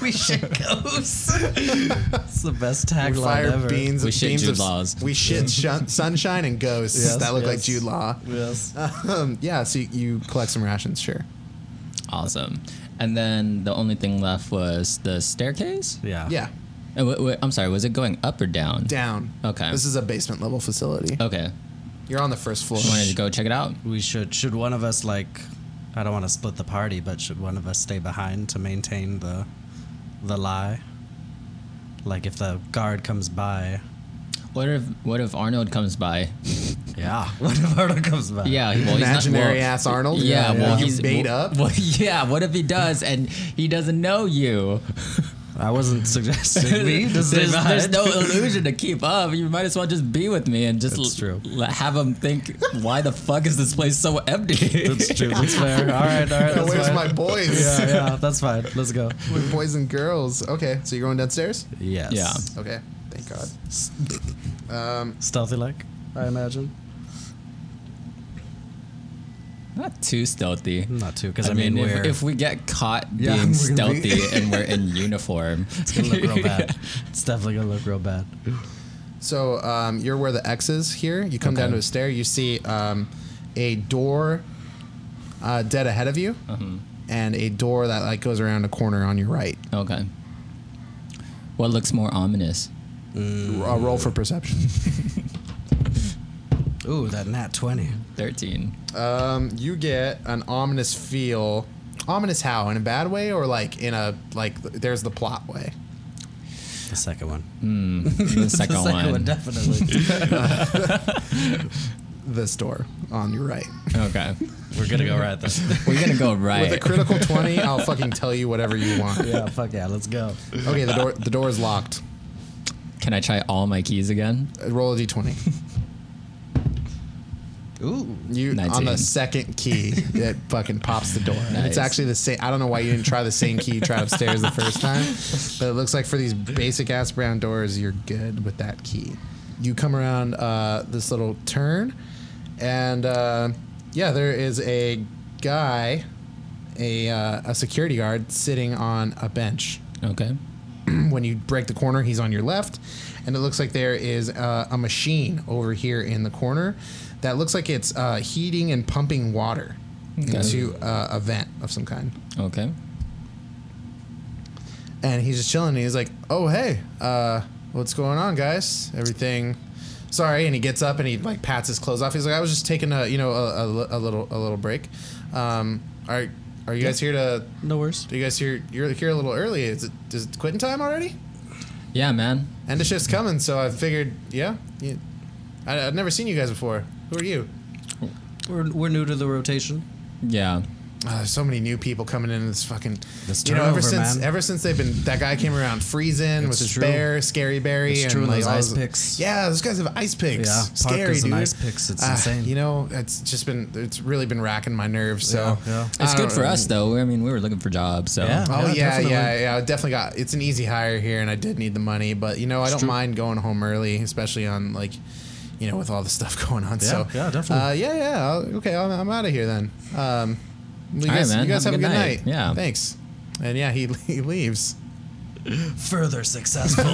we shit goes. it's the best We tagline fire ever. beans. We shit beams Jude of, Laws. We shit shun, sunshine and ghosts Yes, that look like yes. Jude Law. Yes. Um, yeah, so you, you collect some rations, sure. Awesome. And then the only thing left was the staircase. Yeah. Yeah, Oh, wait, wait, I'm sorry. Was it going up or down? down. Okay. Oh. This is a basement level facility. Okay. You're on the first floor. You wanted to go check it out. We should. Should one of us like? I don't want to split the party, but should one of us stay behind to maintain the, the lie? Like if the guard comes by. What if What if Arnold comes by? Yeah. What if Arnold comes by? Yeah. He, well, he's not- Imaginary well, ass Arnold. Yeah, well, you he's made well- up. Well, yeah, what if he does and he doesn't know you? I wasn't suggesting me. to there's, stay there's behind. no illusion to keep up. You might as well just be with me and just That's true. l- have him think, why the fuck is this place so empty? That's true. That's fair. All right. All right. Now, That's where's fine. my boys? yeah, yeah, that's fine. Let's go. With boys and girls. Okay, so you're going downstairs? Yes. Yeah. Okay, thank God. Stealthy like, I imagine. Not too stealthy. Not too, because I, I, mean, mean, if, we're if we get caught Yeah, we're being gonna stealthy be- and we're in uniform, it's gonna look real bad. It's definitely gonna look real bad. So um, you're where the X is here. You come down to a stair. You see um, a door uh, dead ahead of you, Uh-huh. and a door that like goes around a corner on your right. Okay. What looks more ominous? A roll for perception. Ooh, that nat twenty. 13. um, you get an ominous feel. Ominous how? In a bad way or like in a like there's the plot way. The second one. The second, the second one, one. definitely. This door on your right. Okay. we're gonna go right there. We're going to go With a right. critical twenty, I'll fucking tell you whatever you want. yeah, fuck yeah, let's go. Okay, the door the door is locked. Can I try all my keys again? Uh, Roll a d twenty. Ooh, You on 19. the second key, it fucking pops the door. And It's Nice. actually the same. I don't know why you didn't try the same key you tried upstairs the first time, but it looks like for these basic ass brown doors, you're good with that key. You come around uh, this little turn, and uh, yeah, there is a guy, a uh, a security guard sitting on a bench. Okay. when you break the corner, he's on your left, and it looks like there is uh, a machine over here in the corner that looks like it's uh, heating and pumping water into uh, a vent of some kind. Okay. And he's just chilling. And he's like, "Oh hey, uh, what's going on, guys? Everything." Sorry, and he gets up and he like pats his clothes off. He's like, "I was just taking a you know a, a, li- a little a little break." Um, are are you guys here to No worries. you guys here? You're here a little early. Is it is it quitting time already? Yeah, man. End of shift's coming, so I figured, yeah, you, I, I've never seen you guys before. Who are you? We're, we're new to the rotation. Yeah. Ah, there's so many new people coming in this fucking. This you know, ever turnover, since man. ever since they've been that guy came around freezing with It's his true. bear, scary berry, It's and true, like those all ice those- picks. Yeah, those guys have ice picks. Yeah, scary Parker's and dude. ice picks, it's Ah, insane. You know, it's just been it's really been racking my nerves. So Yeah, yeah. I It's don't good for know. us though. I mean, we were looking for jobs, so Yeah. Oh yeah, yeah, definitely. yeah, I definitely got. It's an easy hire here, and I did need the money, but you know, I don't mind going home early, especially on like, you know, with all the stuff going on. so yeah, definitely. Uh, yeah, yeah. I'll, okay, I'm, I'm out of here then. Um, you right, guys, man, you guys have, a good night. Yeah. thanks. And yeah, he he leaves. Further successful.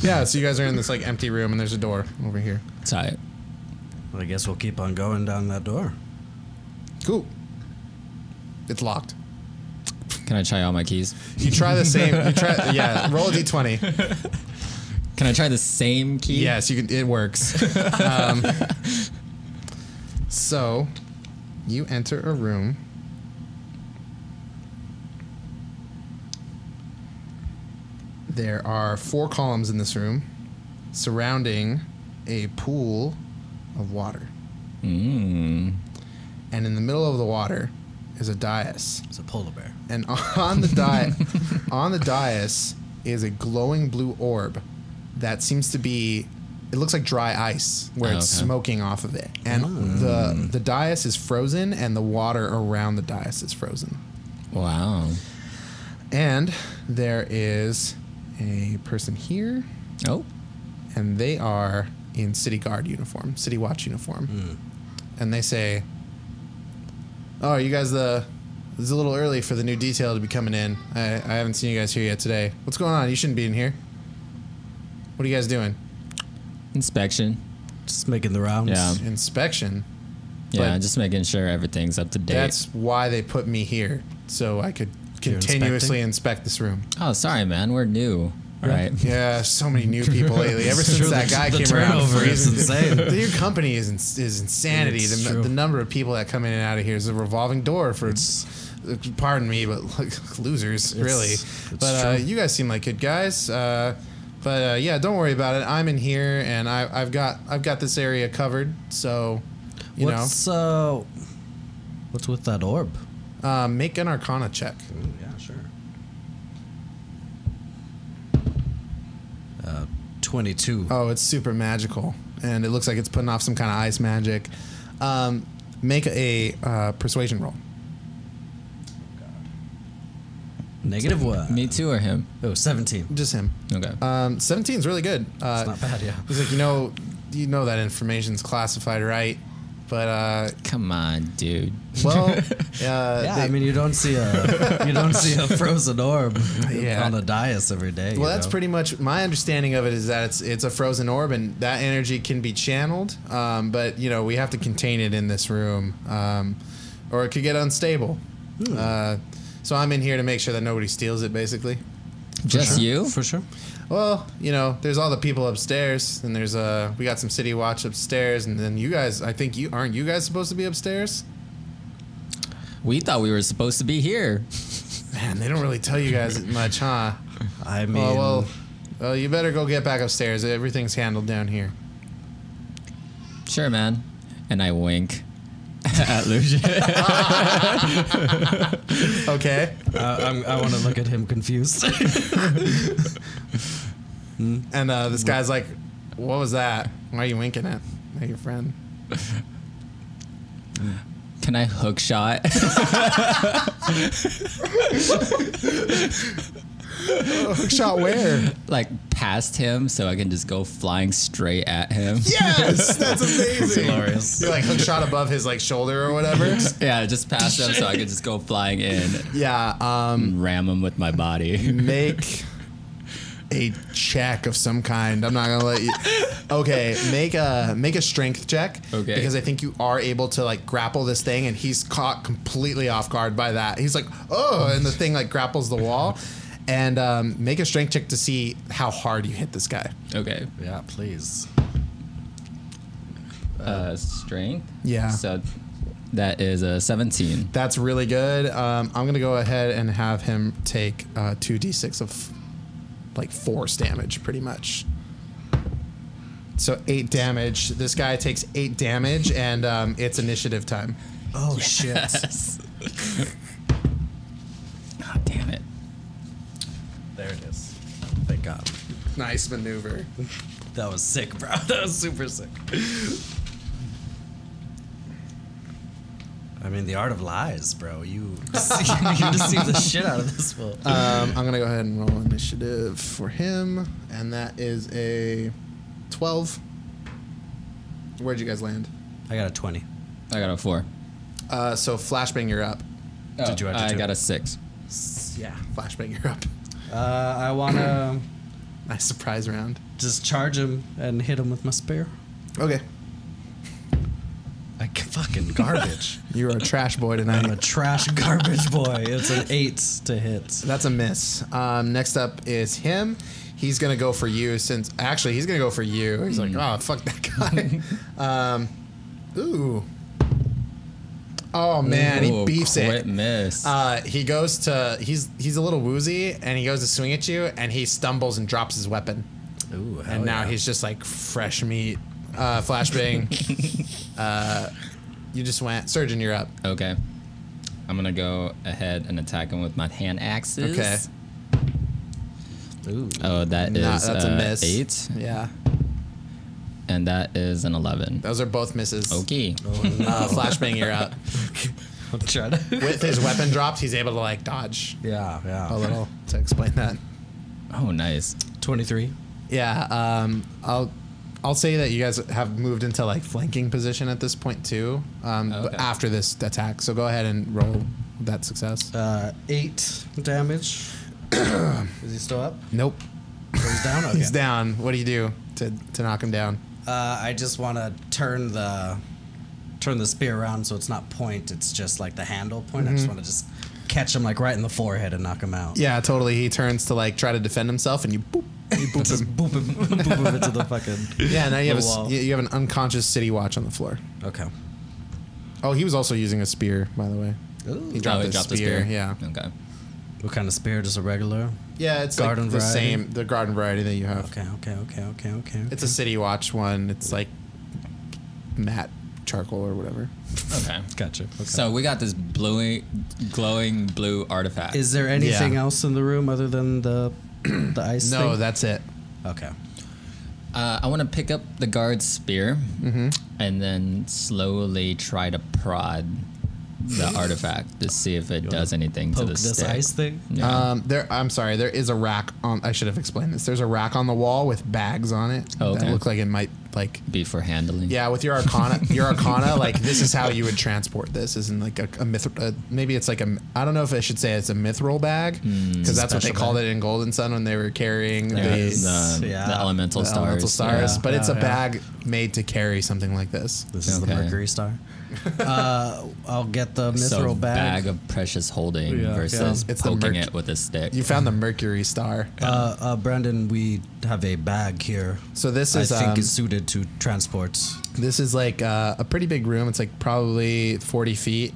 Yeah, so you guys are in this like empty room, and there's a door over here. it's all right. I guess we'll keep on going down that door. Cool. It's locked. Can I try all my keys? You try the same. You try. Yeah, roll a d20. Can I try the same key? Yes, you can. It works. um, so, you enter a room. There are four columns in this room, surrounding a pool of water. Mm, And in the middle of the water is a dais It's a polar bear. and on the di- on the dais is a glowing blue orb that seems to be it looks like dry ice where Oh, it's okay. Mm. smoking off of it and the the dais is frozen and the water around the dais is frozen Wow. and there is a person here Oh. and they are in city guard uniform city watch uniform and they say oh are you guys the it's a little early for the new detail to be coming in I, I haven't seen you guys here yet today what's going on you shouldn't be in here what are you guys doing Inspection. Just making the rounds. Yeah. inspection Yeah, But- just making sure everything's up to date. that's why they put me here so i could You're continuously inspect this room oh, sorry, man. We're new. Right. yeah so many new people lately ever since Sure, that the- guy the came around turnover is freezing- insane. Your company is ins- is insanity. It's The, true. the number of people that come in and out of here is a revolving door for. uh, pardon me, but like, losers, really. but uh, you guys seem like good guys. Uh, but uh, yeah, don't worry about it. I'm in here, and I, I've got I've got this area covered. So, you What's uh, what's with that orb? know, uh, make an Arcana check. yeah, sure. Uh, twenty-two. Oh, it's super magical, and it looks like it's putting off some kind of ice magic. Um, make a uh, persuasion roll. Negative one. Me too, or him? Oh, 17. Just him. Okay. Um, 17 is really good. Uh, It's not bad, yeah. He's like, you know, you know that information's classified, right? But uh, Come on, dude. well, uh, Yeah, they- I mean you don't see a you don't see a frozen orb Yeah. on a dais every day. well, you that's know? pretty much my understanding of it is that it's it's a frozen orb, and that energy can be channeled. Um, but you know, we have to contain it in this room, um, or it could get unstable. Hmm. Uh, so I'm in here to make sure that nobody steals it, basically. Just you? for sure. Well, you know, there's all the people upstairs, and there's uh, we got some city watch upstairs, and then you guys. I think you aren't you guys supposed to be upstairs? We thought we were supposed to be here. Man, they don't really tell you guys much, huh? I mean, Oh well, well, you better go get back upstairs. Everything's handled down here. Sure, man. And I wink at Lucian. Okay. I, I'm, I want to look at him confused. and uh, this guy's like, "What was that? Why are you winking at, at your friend?" Can I hook shot? Shot where? like past him so I can just go flying straight at him. Yes, that's amazing. Glorious. You're like hook shot above his like shoulder or whatever. Yeah, just past him so I could just go flying in yeah. Um, and ram him with my body. make a check of some kind. I'm not gonna let you. Okay, make a make a strength check. Okay. Because I think you are able to like grapple this thing, and he's caught completely off guard by that. He's like, oh, and the thing like grapples the wall, and um, make a strength check to see how hard you hit this guy. Okay. Yeah, please. Uh, strength. Yeah. So that is a 17. That's really good. Um, I'm gonna go ahead and have him take uh, two d6 of like force damage, pretty much. So eight damage. This guy takes eight damage, and um, it's initiative time. Oh shit! Ah, Oh, damn it. There it is. Thank God. Nice maneuver. That was sick, bro. That was super sick. I mean, the art of lies, bro. You deceive, you deceive the shit out of this fool. Um, I'm gonna go ahead and roll initiative for him, and that is a twelve. Where'd you guys land? I got a twenty. I got a four. Uh, so flashbang, you're up. Did you have to I do got it? a six. Yeah. Flashbang, you're up. Uh, I wanna Nice surprise round. just charge him and hit him with my spear. Okay, Like fucking garbage. you're a trash boy tonight. I'm a trash garbage boy. It's an eight to hit. That's a miss. Um, next up is him. He's gonna go for you since actually he's gonna go for you. He's Hmm. like, oh fuck that guy. um, ooh. Oh man, he Ooh, beefs quit it. miss. Uh, he goes to he's he's a little woozy and he goes to swing at you and he stumbles and drops his weapon Ooh, hell and now yeah. he's just like fresh meat. Uh, flashbang. uh, you just went surgeon. You're up. okay. I'm going to go ahead and attack him with my hand axes. Okay. Ooh. Oh, that is Nah, that's uh, a miss. eight, Yeah, and that is an 11. those are both misses. Okay. Uh, flashbang. You're up. I'm trying to. with his weapon dropped, he's able to like dodge Yeah, a yeah. little to explain that. Oh, nice. Twenty-three. Yeah, um, I'll I'll say that you guys have moved into like flanking position at this point too. Um, but Okay. after this attack, so go ahead and roll that success. Uh, eight damage. is he still up? nope, Or he's down. Okay. he's down. What do you do to to knock him down? Uh, I just want to turn the turn the spear around so it's not point. It's just like the handle point. I just want to just catch him like right in the forehead and knock him out. Mm-hmm. Yeah, totally. He turns to like try to defend himself, and you boop, you boop Just him. boop him, boop him into the fucking. Yeah, now you have a, The s- wall. you you have an unconscious city watch on the floor. Okay. Oh, he was also using a spear, by the way. He Ooh. dropped, oh, his, spear, Yeah, Okay. What kind of spear? Just a regular? yeah. It's like, Garden the variety? same, the garden variety that you have. Okay, okay, okay, okay, okay. It's a City Watch one. It's like matte charcoal or whatever. Okay. gotcha. Okay. So we got this bluey, glowing blue artifact. is there anything Yeah. else in the room other than the the ice? No, thing? that's it. Okay. uh, I want to pick up the guard's spear Mm-hmm. and then slowly try to prod the artifact to see if it does anything to Poke the this stick. ice Uh, thing. Yeah. Um, there. I'm sorry. There is a rack on. I should have explained this. There's a rack on the wall with bags on it Oh, that okay. look like it might like. Be for handling. Yeah, with your arcana, your arcana, like this is how you would transport this. Isn't like a, a myth. A, maybe it's like a. I don't know if I should say it's a mithril bag because that's what they Hmm, Special called bag. it in Golden Sun when they were carrying There the, is the, Yeah. the elemental the stars. elemental stars. Yeah. But it's a Yeah, yeah. bag made to carry something like this. This is Okay. the Mercury Star. uh, I'll get the So mithril bag. bag. of precious holding Yeah. versus Yeah. It's the poking merc- it with a stick. You found the Mercury star. Uh, uh, Brandon, we have a bag here. So this is, I think um, is suited to transport. This is like uh, a pretty big room. It's like probably 40 feet,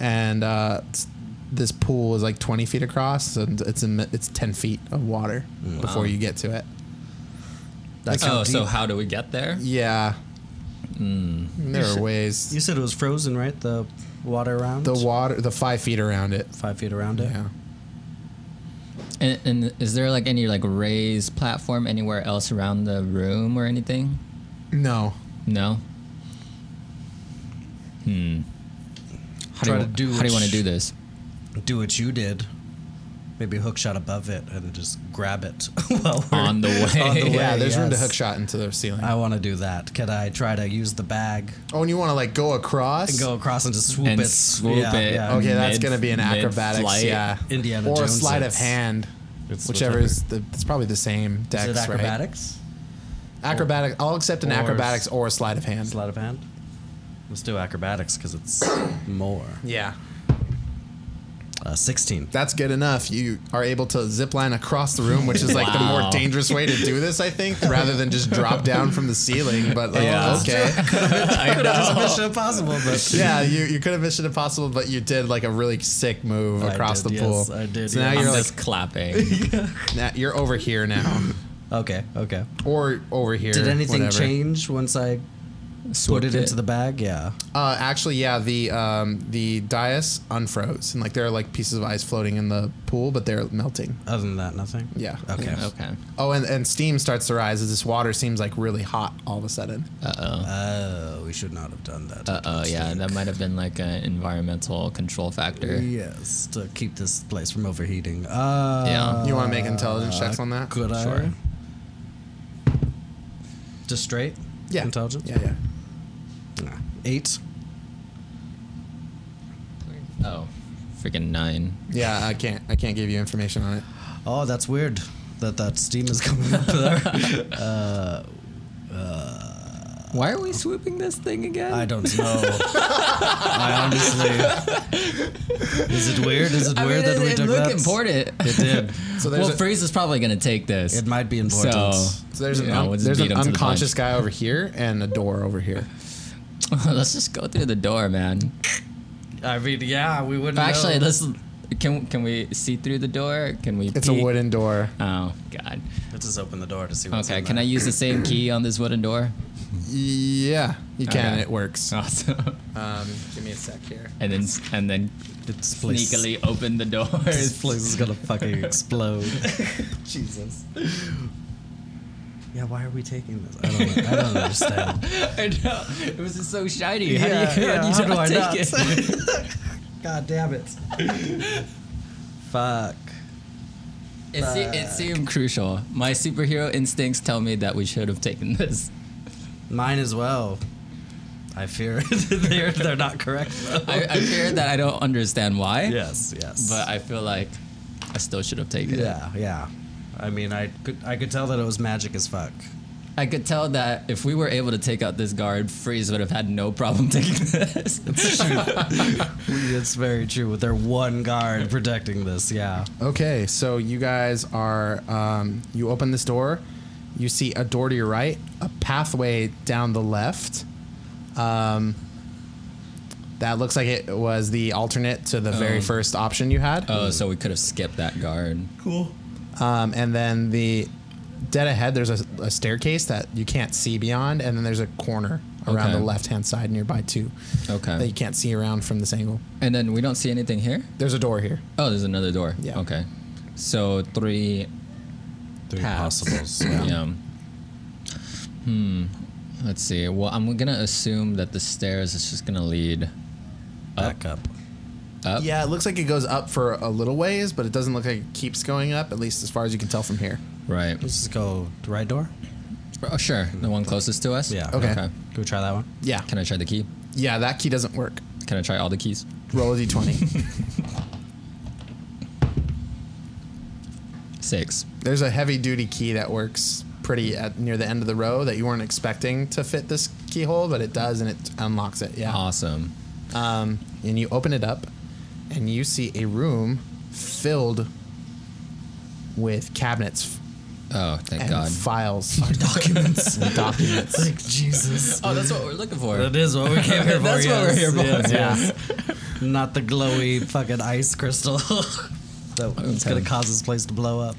and uh, it's- this pool is like 20 feet across, and it's in, it's 10 feet of water Mm. before you get to it. That's oh, how so deep- how do we get there? Yeah, Hmm. there are ways. you said it was frozen, right? The water around the water, the five feet around it. five feet around it. Yeah. And, and is there like any like raised platform anywhere else around the room or anything? No. No. Hmm. How Try do you, to do how do you what want to sh- do this? Do what you did. maybe hook shot above it and just grab it while we're On the way. on the way, Yeah, there's room to yes. hook shot into the ceiling. I want to do that. Can I try to use the bag oh, and you want to like go across? and go across and just swoop And it? swoop yeah, it. Yeah. okay, that's Mid- gonna be an acrobatics. mid-flight, yeah, Indiana or a Jones sleight of it's- hand. it's Whichever is the, it's probably the same Is dex, it right? acrobatics? Acrobatic. I'll accept an or- acrobatics or a sleight of hand. Sleight of hand. Let's do acrobatics because it's more. Yeah, Uh, Sixteen. that's good enough. You are able to zip line across the room, which is like the more dangerous way to do this, I think, rather than just drop down from the ceiling. But like, Oh, Yeah. okay, Could have just Mission Impossible, but yeah, you, you could have Mission Impossible, but you did like a really sick move I across did, the pool. yes, I did, So yeah. now I'm you're like, just clapping. nah, you're over here now, okay, okay. or over here. Did anything whatever. change once I put Swooped it into the bag? Yeah. Uh, actually, yeah, the um, the dais unfroze, and like there are like pieces of ice floating in the pool, but they're melting. Other than that, nothing. Yeah. Okay. Okay. Oh, and, and steam starts to rise as this water seems like really hot all of a sudden. Oh, we should not have done that. Uh oh, yeah, that might have been like an environmental control factor. Yes, to keep this place from overheating. Uh, Yeah. You want to make intelligence checks on that? Could I? Sure. Just straight? Yeah. Intelligence? Yeah, yeah. Nah. Eight. Oh, freaking nine. Yeah, I can't. I can't give you information on it. Oh, that's weird that that steam is coming up there. Why are we swooping this thing again? I don't know. I honestly. Is it weird? Is it I weird mean, that it, we it took looked that? important. It did. So there's well, a- Freeze is probably going to take this. It might be important. So- So there's an, Yeah, un- we'll just there's an beat him to the unconscious punch. guy over here and a door over here. let's just go through the door, man. I mean, yeah, we wouldn't. Actually, know. let's. Can can we see through the door? Can we? It's a peek? wooden door. Oh God. let's just open the door to see what's Okay. in Can I there. use the same key on this wooden door? Yeah, you can. Okay. It works. Awesome. Um, give me a sec here. And then and then It's place- sneakily open the door. This place is gonna fucking explode. Jesus. Yeah, why are we taking this? I don't, I don't understand. I know. It was just so shiny. Yeah, how do you, yeah, how do you not take it? God damn it. Fuck. It, se- it seemed crucial. My superhero instincts tell me that we should have taken this. Mine as well. I fear they're, they're not correct, though. I, I fear that I don't understand why. Yes, yes. But I feel like I still should have taken it. yeah, yeah. I mean, I could, I could tell that it was magic as fuck. I could tell that if we were able to take out this guard, Freeze would have had no problem taking this. It's very true with their one guard protecting this, yeah. Okay, so you guys are um, you open this door, you see a door to your right, a pathway down the left. Um, that looks like it was the alternate to the very first option you had. oh, so we could have skipped that guard. Um, and then the dead ahead, there's a, a staircase that you can't see beyond, and then there's a corner around Okay. the left hand side nearby too. Okay. That you can't see around from this angle. And then we don't see anything here? There's a door here. Oh, there's another door. Yeah. Okay. So three. Three Paths. possibles. Yeah. Hmm. Let's see. Well, I'm going to assume that the stairs is just going to lead Back up. up. Yeah, it looks like it goes up for a little ways, but it doesn't look like it keeps going up, at least as far as you can tell from here. Right. Let's just go the right door. Oh, sure. The one closest to us? Yeah. Okay. Can we try that one? Yeah. Can I try the key? Yeah, that key doesn't work. Can I try all the keys? Roll a d20. Six. There's a heavy duty key that works pretty at near the end of the row that you weren't expecting to fit this keyhole, but it does and it unlocks it. Uh-huh. Yeah. Awesome. Um, and you open it up and you see a room filled with cabinets Oh, thank and God. files and documents and documents. Jesus. Oh, that's what we're looking for. That is what we came here for. That's what we're yes, here for. Yes, Yeah. yes. Not the glowy fucking ice crystal. that it's Okay. gonna cause this place to blow up.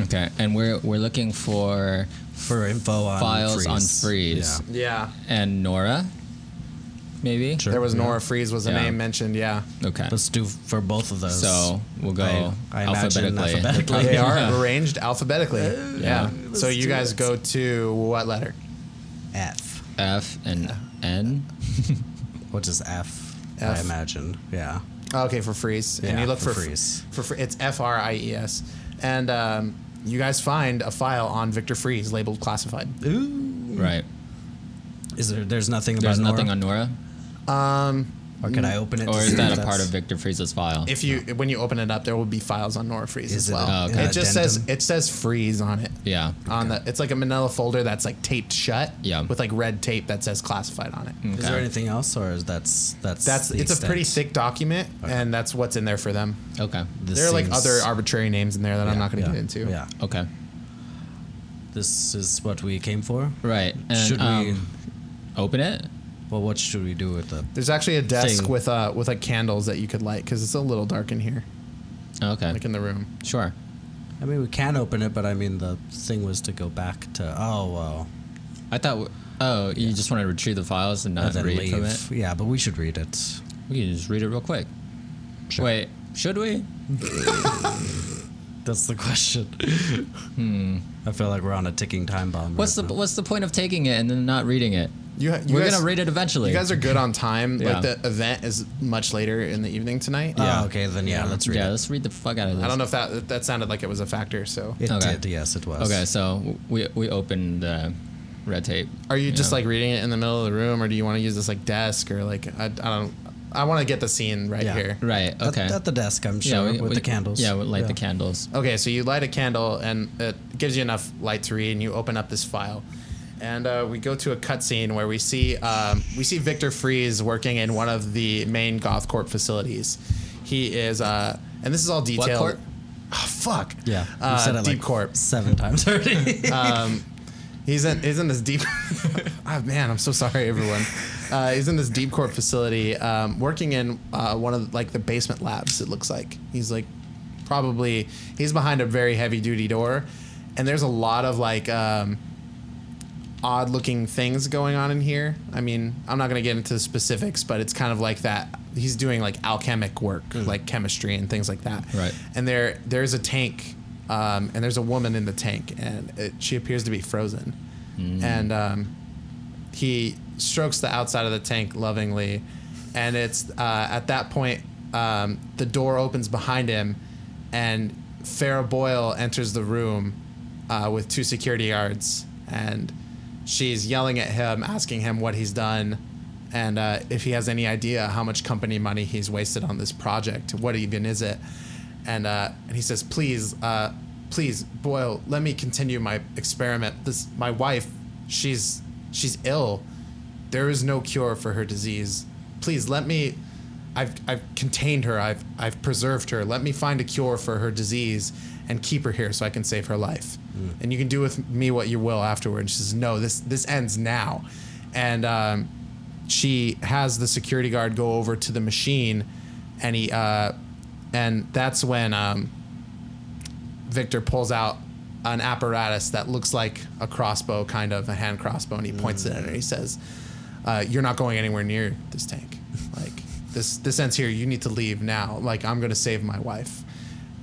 Okay, and we're we're looking for For info on files freeze. on freeze Yeah. Yeah. and Nora, maybe. Sure. There was Nora Freeze was the Yeah. name mentioned, yeah. Okay. Let's do for both of those. So we'll go I, I imagine alphabetically. alphabetically. They are arranged alphabetically. Yeah. So Uh, let's you do guys it. go to what letter? F. F and N. What is F? I F. imagine. Yeah. Oh, Okay, for freeze. and Yeah, you look for, for f- Freeze. For fr- it's F R I E S, and um, you guys find a file on Victor Freeze labeled classified. Ooh. Right. Is there? There's nothing about. There's nothing Nora? on Nora, Or can I open it? to or see is if that a that's- part of Victor Freeze's file? If you when you open it up, there will be files on Nora Freeze Is as it well. a- Oh, okay. It just says addendum? it says freeze on it. yeah. On the it's like a manila folder that's like taped shut. Yeah. With like red tape that says classified on it. Is there anything else, or is that's that's That's the it's a pretty extent? thick document, and that's what's in there for them. Okay. This There are like seems- other arbitrary names in there that I'm yeah, not going to yeah, get into. Yeah, Okay. this is what we came for. Right. And, should we? um, open it? Well, what should we do with the? There's actually a desk Thing. with uh with like candles that you could light because it's a little dark in here, Okay. like in the room. Sure. I mean, we can open it, but I mean, the thing was to go back to. Oh well, I thought. w- Oh, you just want to retrieve the files and and not then read leave. from it. Yeah, but we should read it. We can just read it real quick. Wait, should we? That's the question. I feel like we're on a ticking time bomb. Hmm. What's the right What's the point of taking it and then not reading it? You, ha- you We're guys- gonna read it eventually. You guys are good on time. Yeah. Like the event is much later in the evening tonight. now. Yeah. Oh, okay, then yeah, let's read yeah, it. let's read the fuck out of this. I don't know if that that sounded like it was a factor. So, It Okay. did. Yes, it was. Okay, so we we open the red tape. are you just Yeah. like reading it in the middle of the room, or do you want to use this like desk or like I, I don't I want to get the scene right Yeah. here. Right. At- Okay. At, the desk, I'm sure, we- with we- the candles. Yeah, we light the candles. candles. Okay, so you light a candle and it gives you enough light to read, and you open up this file, and uh, we go to a cutscene where we see um, we see Victor Freeze working in one of the main Gothcorp facilities. He is, uh, and this is all detailed. corp? Oh, fuck. Yeah, Uh, we've said it Deep like Corp. seven times already. Uh, He's in, he's in this deep. oh, man, I'm so sorry, everyone. Uh, he's in this deep corp facility, um, working in uh, one of like the basement labs. It looks like he's like probably he's behind a very heavy duty door, and there's a lot of like um, odd looking things going on in here. I mean, I'm not gonna get into the specifics, but it's kind of like that. He's doing like alchemic work, like chemistry and things like that. Right. And there there's a tank, um, and there's a woman in the tank, and it, she appears to be frozen. And um, he strokes the outside of the tank lovingly, and it's uh, at that point um, the door opens behind him, and Farrah Boyle enters the room uh, with two security guards, and she's yelling at him, asking him what he's done. And uh, if he has any idea how much company money he's wasted on this project, what even is it? and uh, and he says, "Please, uh, please, Boyle, let me continue my experiment. This, my wife, she's she's ill. There is no cure for her disease. Please let me. I've I've contained her. I've I've preserved her. Let me find a cure for her disease and keep her here so I can save her life. And you can do with me what you will afterward." And she says, "No, this this ends now." And um, she has the security guard go over to the machine, and he uh, and that's when um, Victor pulls out an apparatus that looks like a crossbow, kind of a hand crossbow, and he points it at her. And he says, uh, "You're not going anywhere near this tank. Like this, this ends here. You need to leave now. Like I'm going to save my wife."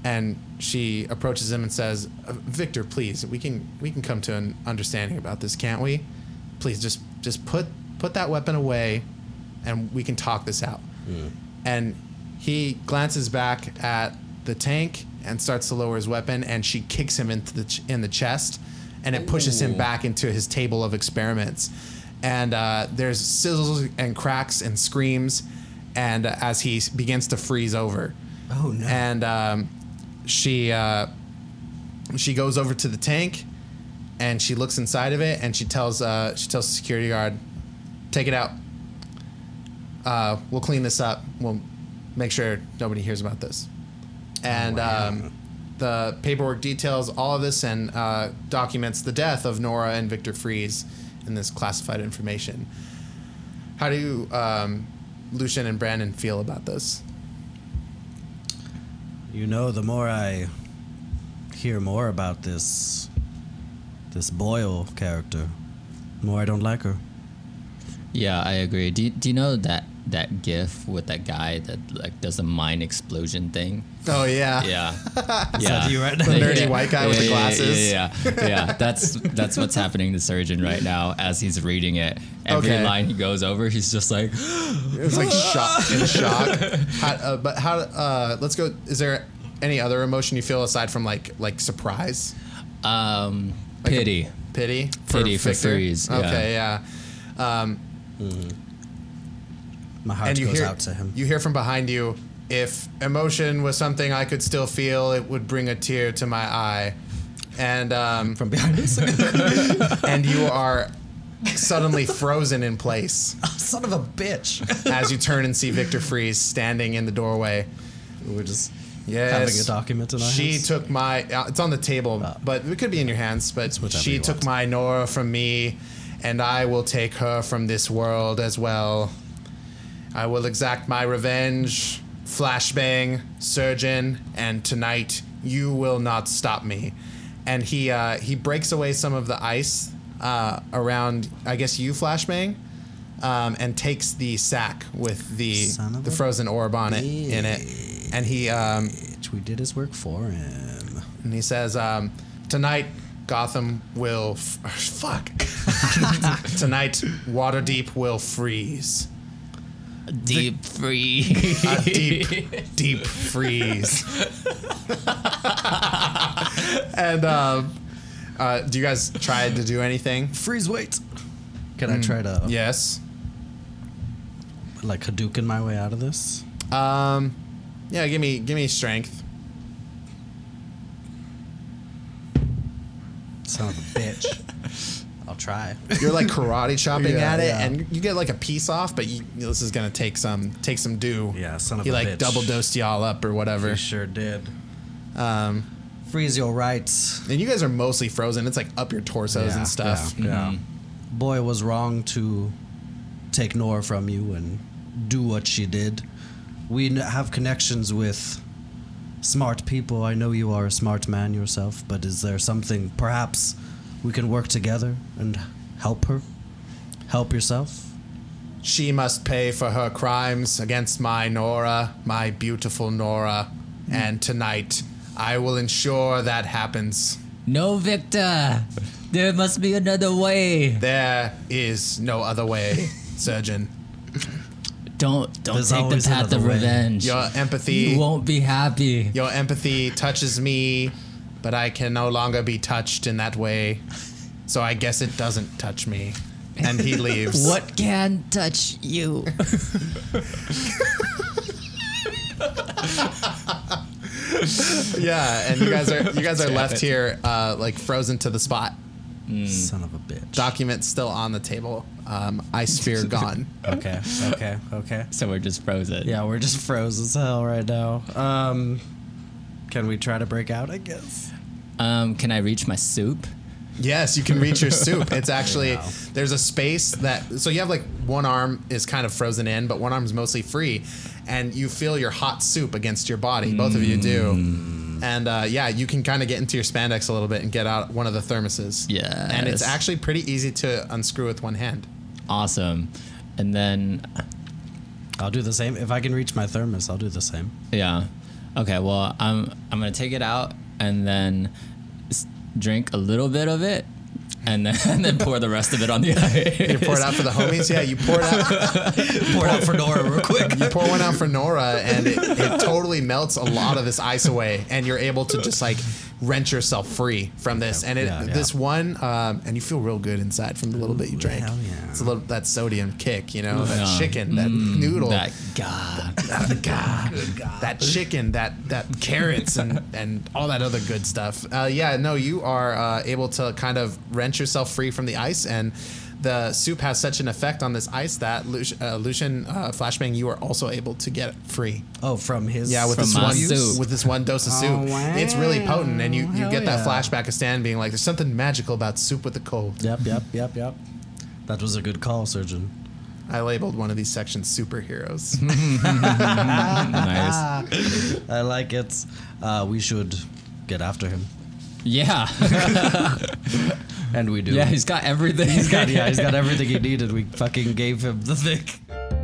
And she approaches him and says, "Uh, "Victor, please, we can we can come to an understanding about this, can't we? Please, just just put put that weapon away, and we can talk this out." Hmm. and he glances back at the tank and starts to lower his weapon and she kicks him into the ch- in the chest and it pushes him back into his table of experiments and uh, there's sizzles and cracks and screams and uh, as he s- begins to freeze over Oh, no. and um, she uh, she goes over to the tank and she looks inside of it and she tells uh, she tells the security guard take it out uh, we'll clean this up we'll make sure nobody hears about this and um, the paperwork details all of this and uh, documents the death of Nora and Victor Freeze in this classified information how do you um, Lucian and Brandon feel about this you know, the more I hear more about this this Boyle character, the more I don't like her. Yeah, I agree. Do you, do you know that that gif with that guy that like does the mine explosion thing. Oh yeah. Yeah, that you right now? Yeah. The nerdy white guy with the glasses. Yeah, yeah, yeah, yeah. That's that's what's happening to Surgeon right now as he's reading it. Every Okay. line he goes over, he's just like, It was like shock in shock. How, uh, but how? Uh, let's go. Is there any other emotion you feel aside from like like surprise, um, Like a- pity. pity, Pity for Victor? threes, yeah. Okay, yeah. Um, My heart and you goes hear out to him. you hear from behind you. If emotion was something I could still feel, it would bring a tear to my eye. And um, from behind us. and you are suddenly frozen in place "Oh, Son of a bitch. as you turn and see Victor Freeze standing in the doorway. We're just Yes. having a document in our She hands. took my. Uh, it's on the table, Ah. but it could be in your hands. But whatever she you took want. my Nora from me, and I will take her from this world as well. I will exact my revenge. Flashbang, surgeon, and tonight you will not stop me. And he uh, he breaks away some of the ice uh, around, I guess you flashbang, um, and takes the sack with the Son of the a frozen orb on it in it. And he um, Bitch, we did his work for him. and he says, um, "Tonight, Gotham will f- fuck. Tonight, Waterdeep will freeze. Deep free. A deep, deep freeze." and um, uh, do you guys try to do anything? Freeze wait. Can Mm. I try to Yes. like Hadouken my way out of this? Um, yeah. Give me, give me strength. Son of a bitch. I'll try. You're like karate chopping Yeah, at it, yeah. and you get like a piece off, but you, this is gonna take some, take some do. Yeah, son of he a like bitch. double dosed y'all up or whatever. We sure did. Um, Freeze your rights. And you guys are mostly frozen. It's like up your torsos and stuff. Mm-hmm. Yeah. yeah. Boy was wrong to take Nora from you and do what she did. We n- have connections with smart people. I know you are a smart man yourself, but is there something perhaps we can work together and help her? Help yourself? She must pay for her crimes against my Nora, my beautiful Nora. And tonight, I will ensure that happens. no, Victor. There must be another way. There is no other way, Surgeon. Don't don't There's take the always path of another way. revenge. Your empathy, you won't be happy. your empathy touches me, but I can no longer be touched in that way. So I guess it doesn't touch me. And he leaves. What can touch you? Yeah, and you guys are you guys are left here uh, like frozen to the spot. Son of a bitch. Documents still on the table. Um, ice sphere gone. okay, okay, okay. so we're just frozen. Yeah, we're just froze as hell right now. Um, can we try to break out, I guess? Um, can I reach my soup? Yes, you can reach your soup. It's actually there's a space that so you have like one arm is kind of frozen in, but one arm's mostly free, and you feel your hot soup against your body. Both of you do, and uh, yeah, you can kind of get into your spandex a little bit and get out one of the thermoses. and it's Yes. actually pretty easy to unscrew with one hand. Awesome. And then I'll do the same. If I can reach my thermos, I'll do the same. yeah. Okay, well, I'm I'm going to take it out and then s- drink a little bit of it and then and then pour the rest of it on the ice. You pour it out for the homies. Yeah, you pour it out. Pour it out for Nora real quick. You pour one out for Nora, and it, it totally melts a lot of this ice away, and you're able to just like wrench yourself free from this. And it, Yeah, yeah. this one, um, and you feel real good inside from the little bit you drank. hell yeah. Mm, It's a little that sodium kick, you know, that chicken, that noodle, That god. Ah, God, that chicken, that that carrots, and and all that other good stuff. Uh, yeah, no, you are uh, able to kind of wrench yourself free from the ice and. The soup has such an effect on this ice that Lu- uh, Lucian uh, Flashbang, you are also able to get free. Oh, from his. Yeah, with From this my one soup. with this one dose of soup, Oh, wow. it's really potent, and you, you Hell get that yeah. flashback of Stan being like, "There's something magical about soup with a cold." Yep, yep, yep, yep. That was a good call, surgeon. I labeled one of these sections superheroes. nice. I like it. Uh, we should get after him, Yeah. and we do. Yeah, he's got everything. he's got yeah, he's got everything he needed. We fucking gave him the thing.